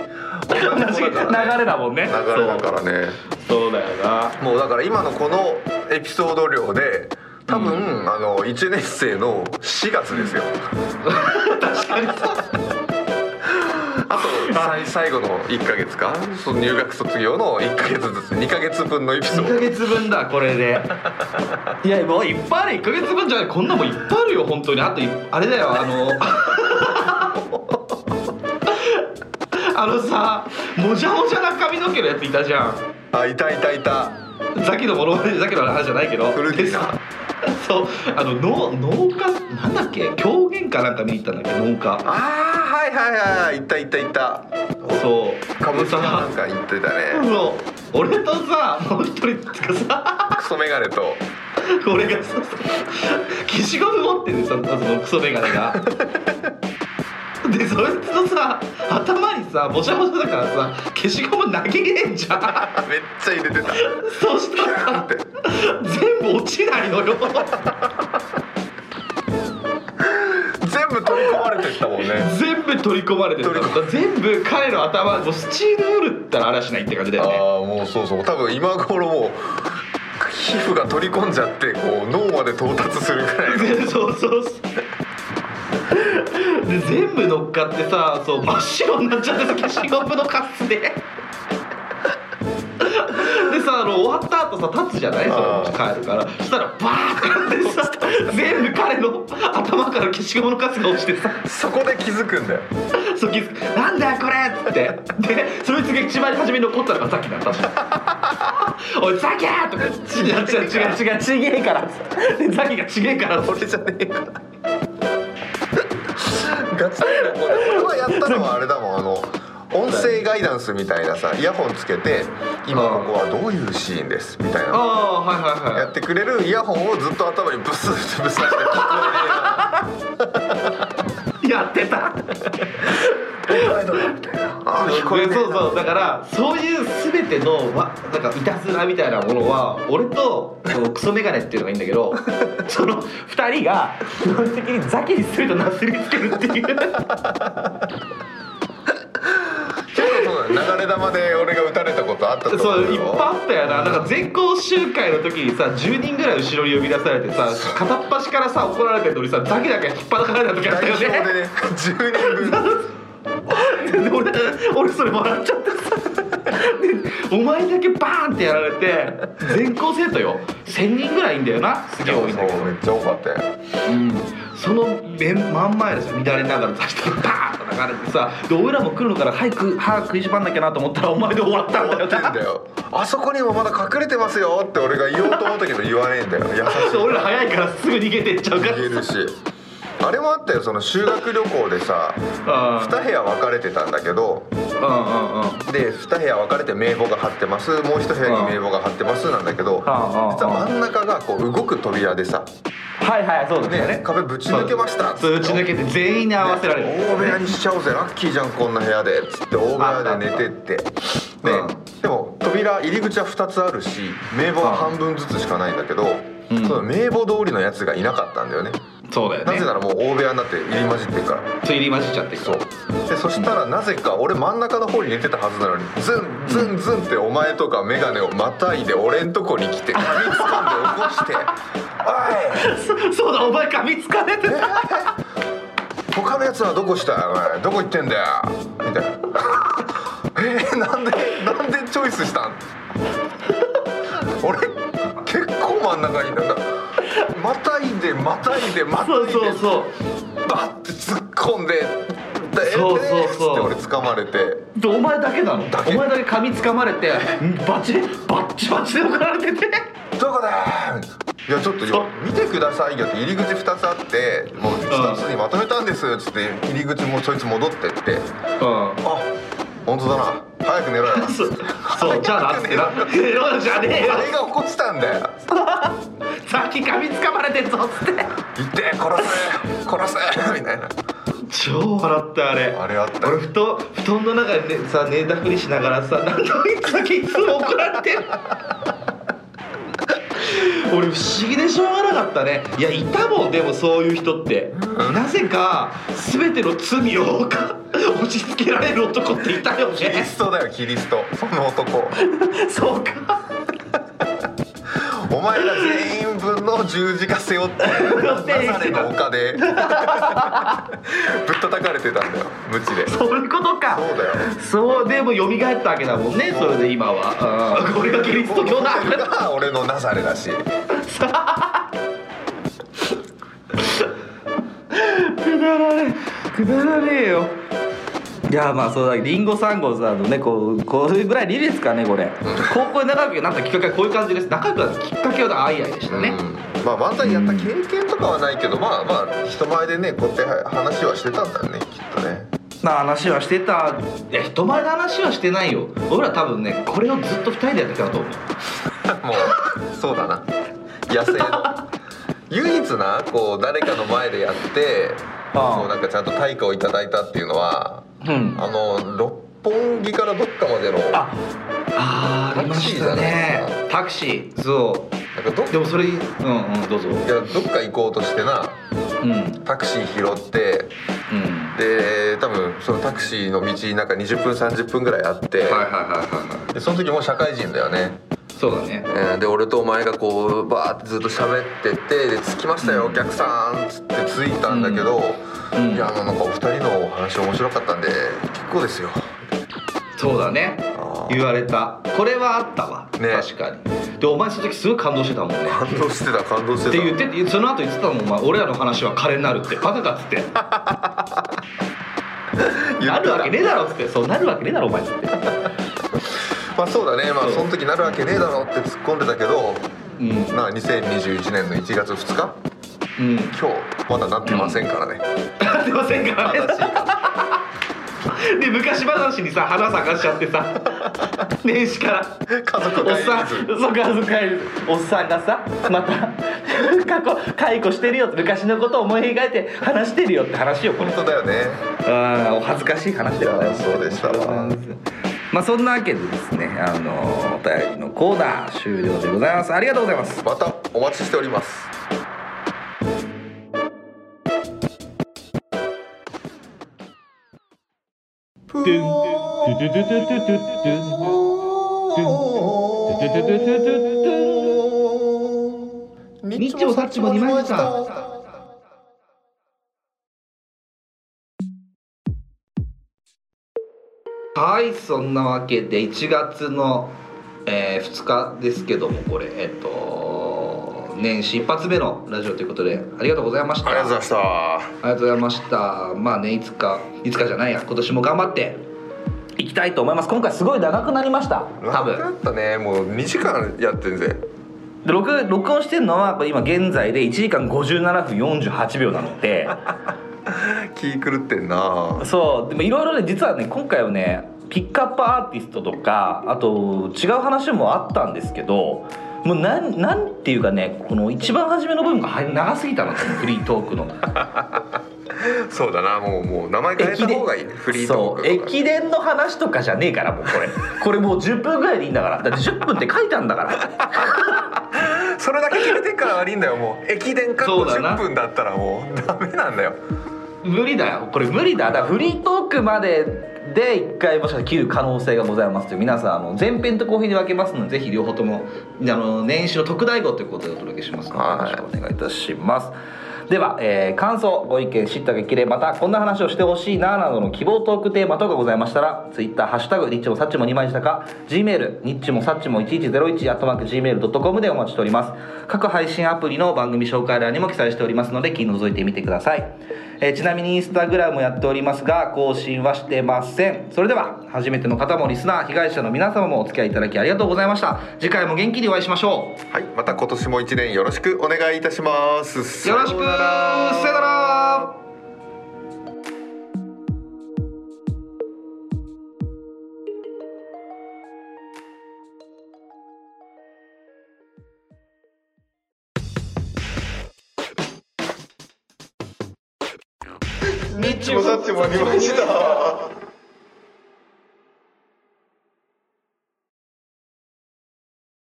B: 同
A: 同
B: じ
A: じ
B: 流
A: 子
B: れ
A: だからね
B: だもんね
A: 流れだからね
B: そうそうだよな
A: もうだから今のこのエピソード量で多分、あの1年生の4月ですよ
B: 確かにさ
A: あとさい最後の1か月かその入学卒業の1か月ずつ2か月分のエピソ
B: 2ヶ
A: ード
B: 月分だこれでいやもういっぱいある1ヶ月分じゃないこんなもんいっぱいあるよ本当にあといあれだよあのあのさもじゃもじゃな髪の毛のやついたじゃん
A: あいたいたいた
B: ザキのものまねザキの話じゃないけど
A: 古着
B: で
A: だ
B: さそうあの農農家なんだっけ狂言かなんか見に行ったんだっけ農家
A: あーはいはいはいいたいたいた
B: そう
A: かぶ
B: で
A: さんな
B: さ
A: んか言ってたね
B: そう俺とさもう一人ってかさ
A: クソメガネと
B: 俺がさ消しゴム持ってるそのそのクソメガネがでそいつのさ頭にさもしゃもしゃだからさ消しゴム投げれんじゃん
A: あめっちゃ入れてた
B: そしたらさ全部落ちないのよ
A: 全部取り込まれてったもんね
B: 全部取り込まれてた
A: 取り込
B: 全部彼の頭もうスチームウールったら嵐ないって感じだよね
A: ああもうそうそう多分今頃もう皮膚が取り込んじゃってこう脳まで到達するぐらいの
B: で そうそうそうで全部乗っかってさそう真っ白になっちゃって消しゴムのカスででさあの終わった後さ立つじゃないそ
A: あ
B: の帰
A: ー
B: るからそしたらバーってやってさ全部彼の頭から消しゴムのカスが落ちてさ
A: そこで気づくんだよ
B: そう気づくなんだよこれ!」っつってでそいつが一番初めに残ったのがさっきだったし「おいザキや!」とか「違う違う違う違うちげえから」っつってでザキが「ちげえから」って
A: 俺じゃねえからガチでこれ俺はやったのはあれだもんあの音声ガイダンスみたいなさイヤホンつけて今ここはどういうシーンですみたい
B: あ
A: な
B: あはいはい
A: や
B: は
A: ってくれるイヤホンをずっと頭にブスってブスって聞
B: い やってた
A: こえねえなあー聞こえねえな
B: そうそうだからそういう全てのわなんかいたずらみたいなものは俺とそのクソメガネっていうのがいいんだけ どその2人が基本的にザキにするとなすりつけるっていう
A: 結構そうだね流れ玉で俺が打たれたことあったと思
B: そう
A: う
B: いっぱいあったよななんか全校集会の時にさ10人ぐらい後ろに呼び出されてさ片っ端からさ怒られてるのにさザキだけ引っ張られた時あった
A: 代
B: よ
A: 表で
B: ね
A: ね10人分
B: で俺俺それ笑っちゃってさでお前だけバーンってやられて全校生徒よ1000人ぐらいいんだよなすげえ
A: そ
B: 多
A: う
B: いんだけど
A: めっちゃ多かった よ
B: うんその面真ん前でさ乱れながら出してバーンと流れてさで俺らも来るのから早く歯食いしばんなきゃなと思ったらお前で終わったんだよ
A: 終わってんだよあそこにもまだ隠れてますよって俺が言おうと思ったけど言わねえんだよ優しい
B: そう俺ら早いからすぐ逃げてっちゃうから
A: 言えるしあれもあったよその修学旅行でさ
B: あ
A: 2部屋分かれてたんだけど
B: うんうんうん
A: で2部屋分かれて名簿が貼ってますもう1部屋に名簿が貼ってますなんだけど実
B: ああ
A: は真ん中がこう動く扉でさ、
B: はいはいそうですよ
A: ね
B: ね、
A: 壁ぶち抜けました
B: そう打ち抜けて全員に合わせられる、
A: 大部屋にしちゃおうぜラッキーじゃんこんな部屋でつって大部屋で寝てってで
B: うん
A: でも扉入り口は2つあるし名簿は半分ずつしかないんだけど、
B: うん
A: その名簿通りのやつがいなかったんだよね
B: そうだよね
A: なぜならもう大部屋になって入り混じってるから
B: つい入り混じっちゃってる
A: そうでそしたらなぜか俺真ん中の方に寝てたはずなのにズンズンズンってお前とか眼鏡をまたいで俺んとこに来て髪掴んで起こして「
B: そそうだお前髪つかれてた
A: おい他のやつはどこしたお前どこ行ってんだよ」みたいな「えー、なんでなんでチョイスしたん?」俺結構真ん中にいたんだまたいでまたいでまた
B: そ
A: いうで
B: そうそう
A: バッて突っ込んで「で
B: そうそうそう
A: えーっつって俺掴まれて。
B: でお前だけなの
A: だけ
B: お前だけ髪つかまれてバチバッチバチで怒られてて
A: どこだいやちょっとよ見てくださいよって入り口2つあってもう2つにまとめたんですっつって入り口もそいつ戻ってって
B: うん
A: あ本当だな早く寝 ろよ
B: そうそうじゃあなっつってな「えロじゃねえよ
A: あれが起こしたんだよ
B: さっき髪つかまれてんぞ」っつって
A: 行って殺せ殺せみたいな
B: 超笑ったあれ
A: あれあった
B: 俺布団布団の中で、ね、さ寝たふりしながらさ何でもいつだけいつも怒られてる俺不思議でしょうがなかったねいやいたもんでもそういう人ってなぜか全ての罪を押し付けられる男っていたよ
A: キリ
B: ね
A: ストだよキリストその男
B: そうか
A: お前ら全員分の十字架背 負ってナザレの丘で ぶっ叩かれてたんだよ無知でそ
B: そういうことか
A: うだよ
B: そうでも蘇ったわけだもんねそれで今はうんこれがキリスト教だ
A: ホテルが 俺のナザレだし
B: くだらねえくだらねえよいやまあそうだリンゴ三号さんのねこうこれぐらいでいいですかねこれ高校で仲良くなったきっかけはこういう感じです仲良くなったきっかけはあいあいでしたね、
A: うん、まあ漫才やった経験とかはないけど、まあまあ人前でねこうやって話はしてたんだよねきっとね
B: な話はしてたいや人前で話はしてないよ俺ら多分ねこれをずっと二人でやってきたと思う
A: もうそうだな野生の唯一なこう誰かの前でやって
B: ああ
A: こうなんかちゃんと対価をいただいたっていうのは
B: うん
A: あの六本木からどっかまでのなんか
B: ああーありましたねタクシーそ
A: どっ
B: う
A: い
B: でもそれうんうんどうぞ
A: やどっか行こうとしてな
B: うんうん
A: タクシー拾ってで多分そのタクシーの道なんか20分30分ぐらいあって、
B: はいはいはいはいはい
A: でその時もう社会人だよね、
B: そうだね
A: えーで俺とお前がこうバーってずっと喋っててで着きましたよ、お客さんっつって着いたんだけど、
B: うん
A: いやあのなんかお二人のお話面白かったんで結構ですよ
B: そうだね
A: あー
B: 言われたこれはあったわ、
A: ね
B: 確かにでお前その時すごい感動してたもんね
A: 感動してた感動して
B: ったて言っててその後言ってたもんお前俺らの話は金になるってバカかっつって
A: 言
B: な
A: って
B: る
A: た
B: わけねえだろっつってそうなるわけねえだろお前っつって
A: まあそうだねま
B: そ
A: あ
B: う
A: その時なるわけねえだろって突っ込んでたけど
B: うん、う
A: なあ2021年の1月2日
B: ん、
A: 今日まだなってませんからね、
B: なってませんからね
A: 正しい
B: で昔話にさ花探しちゃってさ 年始から
A: 家族
B: お
A: が
B: っさんそう家族会議おっさんがさまた 過去解雇してるよって昔のことを思い描いて話してるよって話よこれ
A: 本当だよね
B: あーお恥ずかしい話だよね
A: そうでしたわ
B: まあそんなわけでですねあのお便りのコーナー終了でございますありがとうございます
A: またお待ちしております
B: 日朝さっちも二枚舌はいそんなわけで1月の、え2日ですけどもこれえっと年始一発目のラジオということでありがとうございました
A: ありがとうございました
B: ありがとうございました。まあね、いつか、いつかじゃないや、今年も頑張って。いきたいと思います。今回すごい長くなりました。多
A: だ
B: 分。
A: ったねもう2時間やってんぜ
B: で、録、録音してるのは、やっぱ今現在で1時間57分48秒なので。
A: 気狂ってんな
B: そう、でもいろいろね、実はね、今回はね、ピックアップアーティストとか、あと違う話もあったんですけど。もうなんなんていうかねこの一番初めの部分がはい長すぎたのフリートークの
A: そうだなもうもう名前変えた方がいいフリートーク
B: そう
A: とか
B: 駅伝の話とかじゃねえからもうこれこれもう10分ぐらいでいいんだからだって10分って書いたんだから
A: それだけ決めてっから悪いんだよもう駅伝か
B: そうだな
A: 50分だったらもうダメなんだよ
B: 無理だよこれ無理だだからフリートークまでで一回もしかしたら切る可能性がございますという皆さんあの前編と後編で分けますのでぜひ両方ともあの年始の特大号ということでお届けしますのでよろ
A: はい
B: しくお願いいたしますでは、えー感想ご意見知った激励またこんな話をしてほしいななどの希望トークテーマとかございましたら Twitter「ハッシュタグニッチもサッチも2枚したか」Gmail ニッチもサッチも1101アットマーク Gmail.com でお待ちしております各配信アプリの番組紹介欄にも記載しておりますので気覗いてみてください、えーちなみにインスタグラムもやっておりますが更新はしてませんそれでは初めての方もリスナー被害者の皆様もお付き合いいただきありがとうございました次回も元気にお会いしましょう
A: はいまた今年も1年よろしくお願いいたします
B: よろしくさよなら
A: ニッチもサッチも2枚舌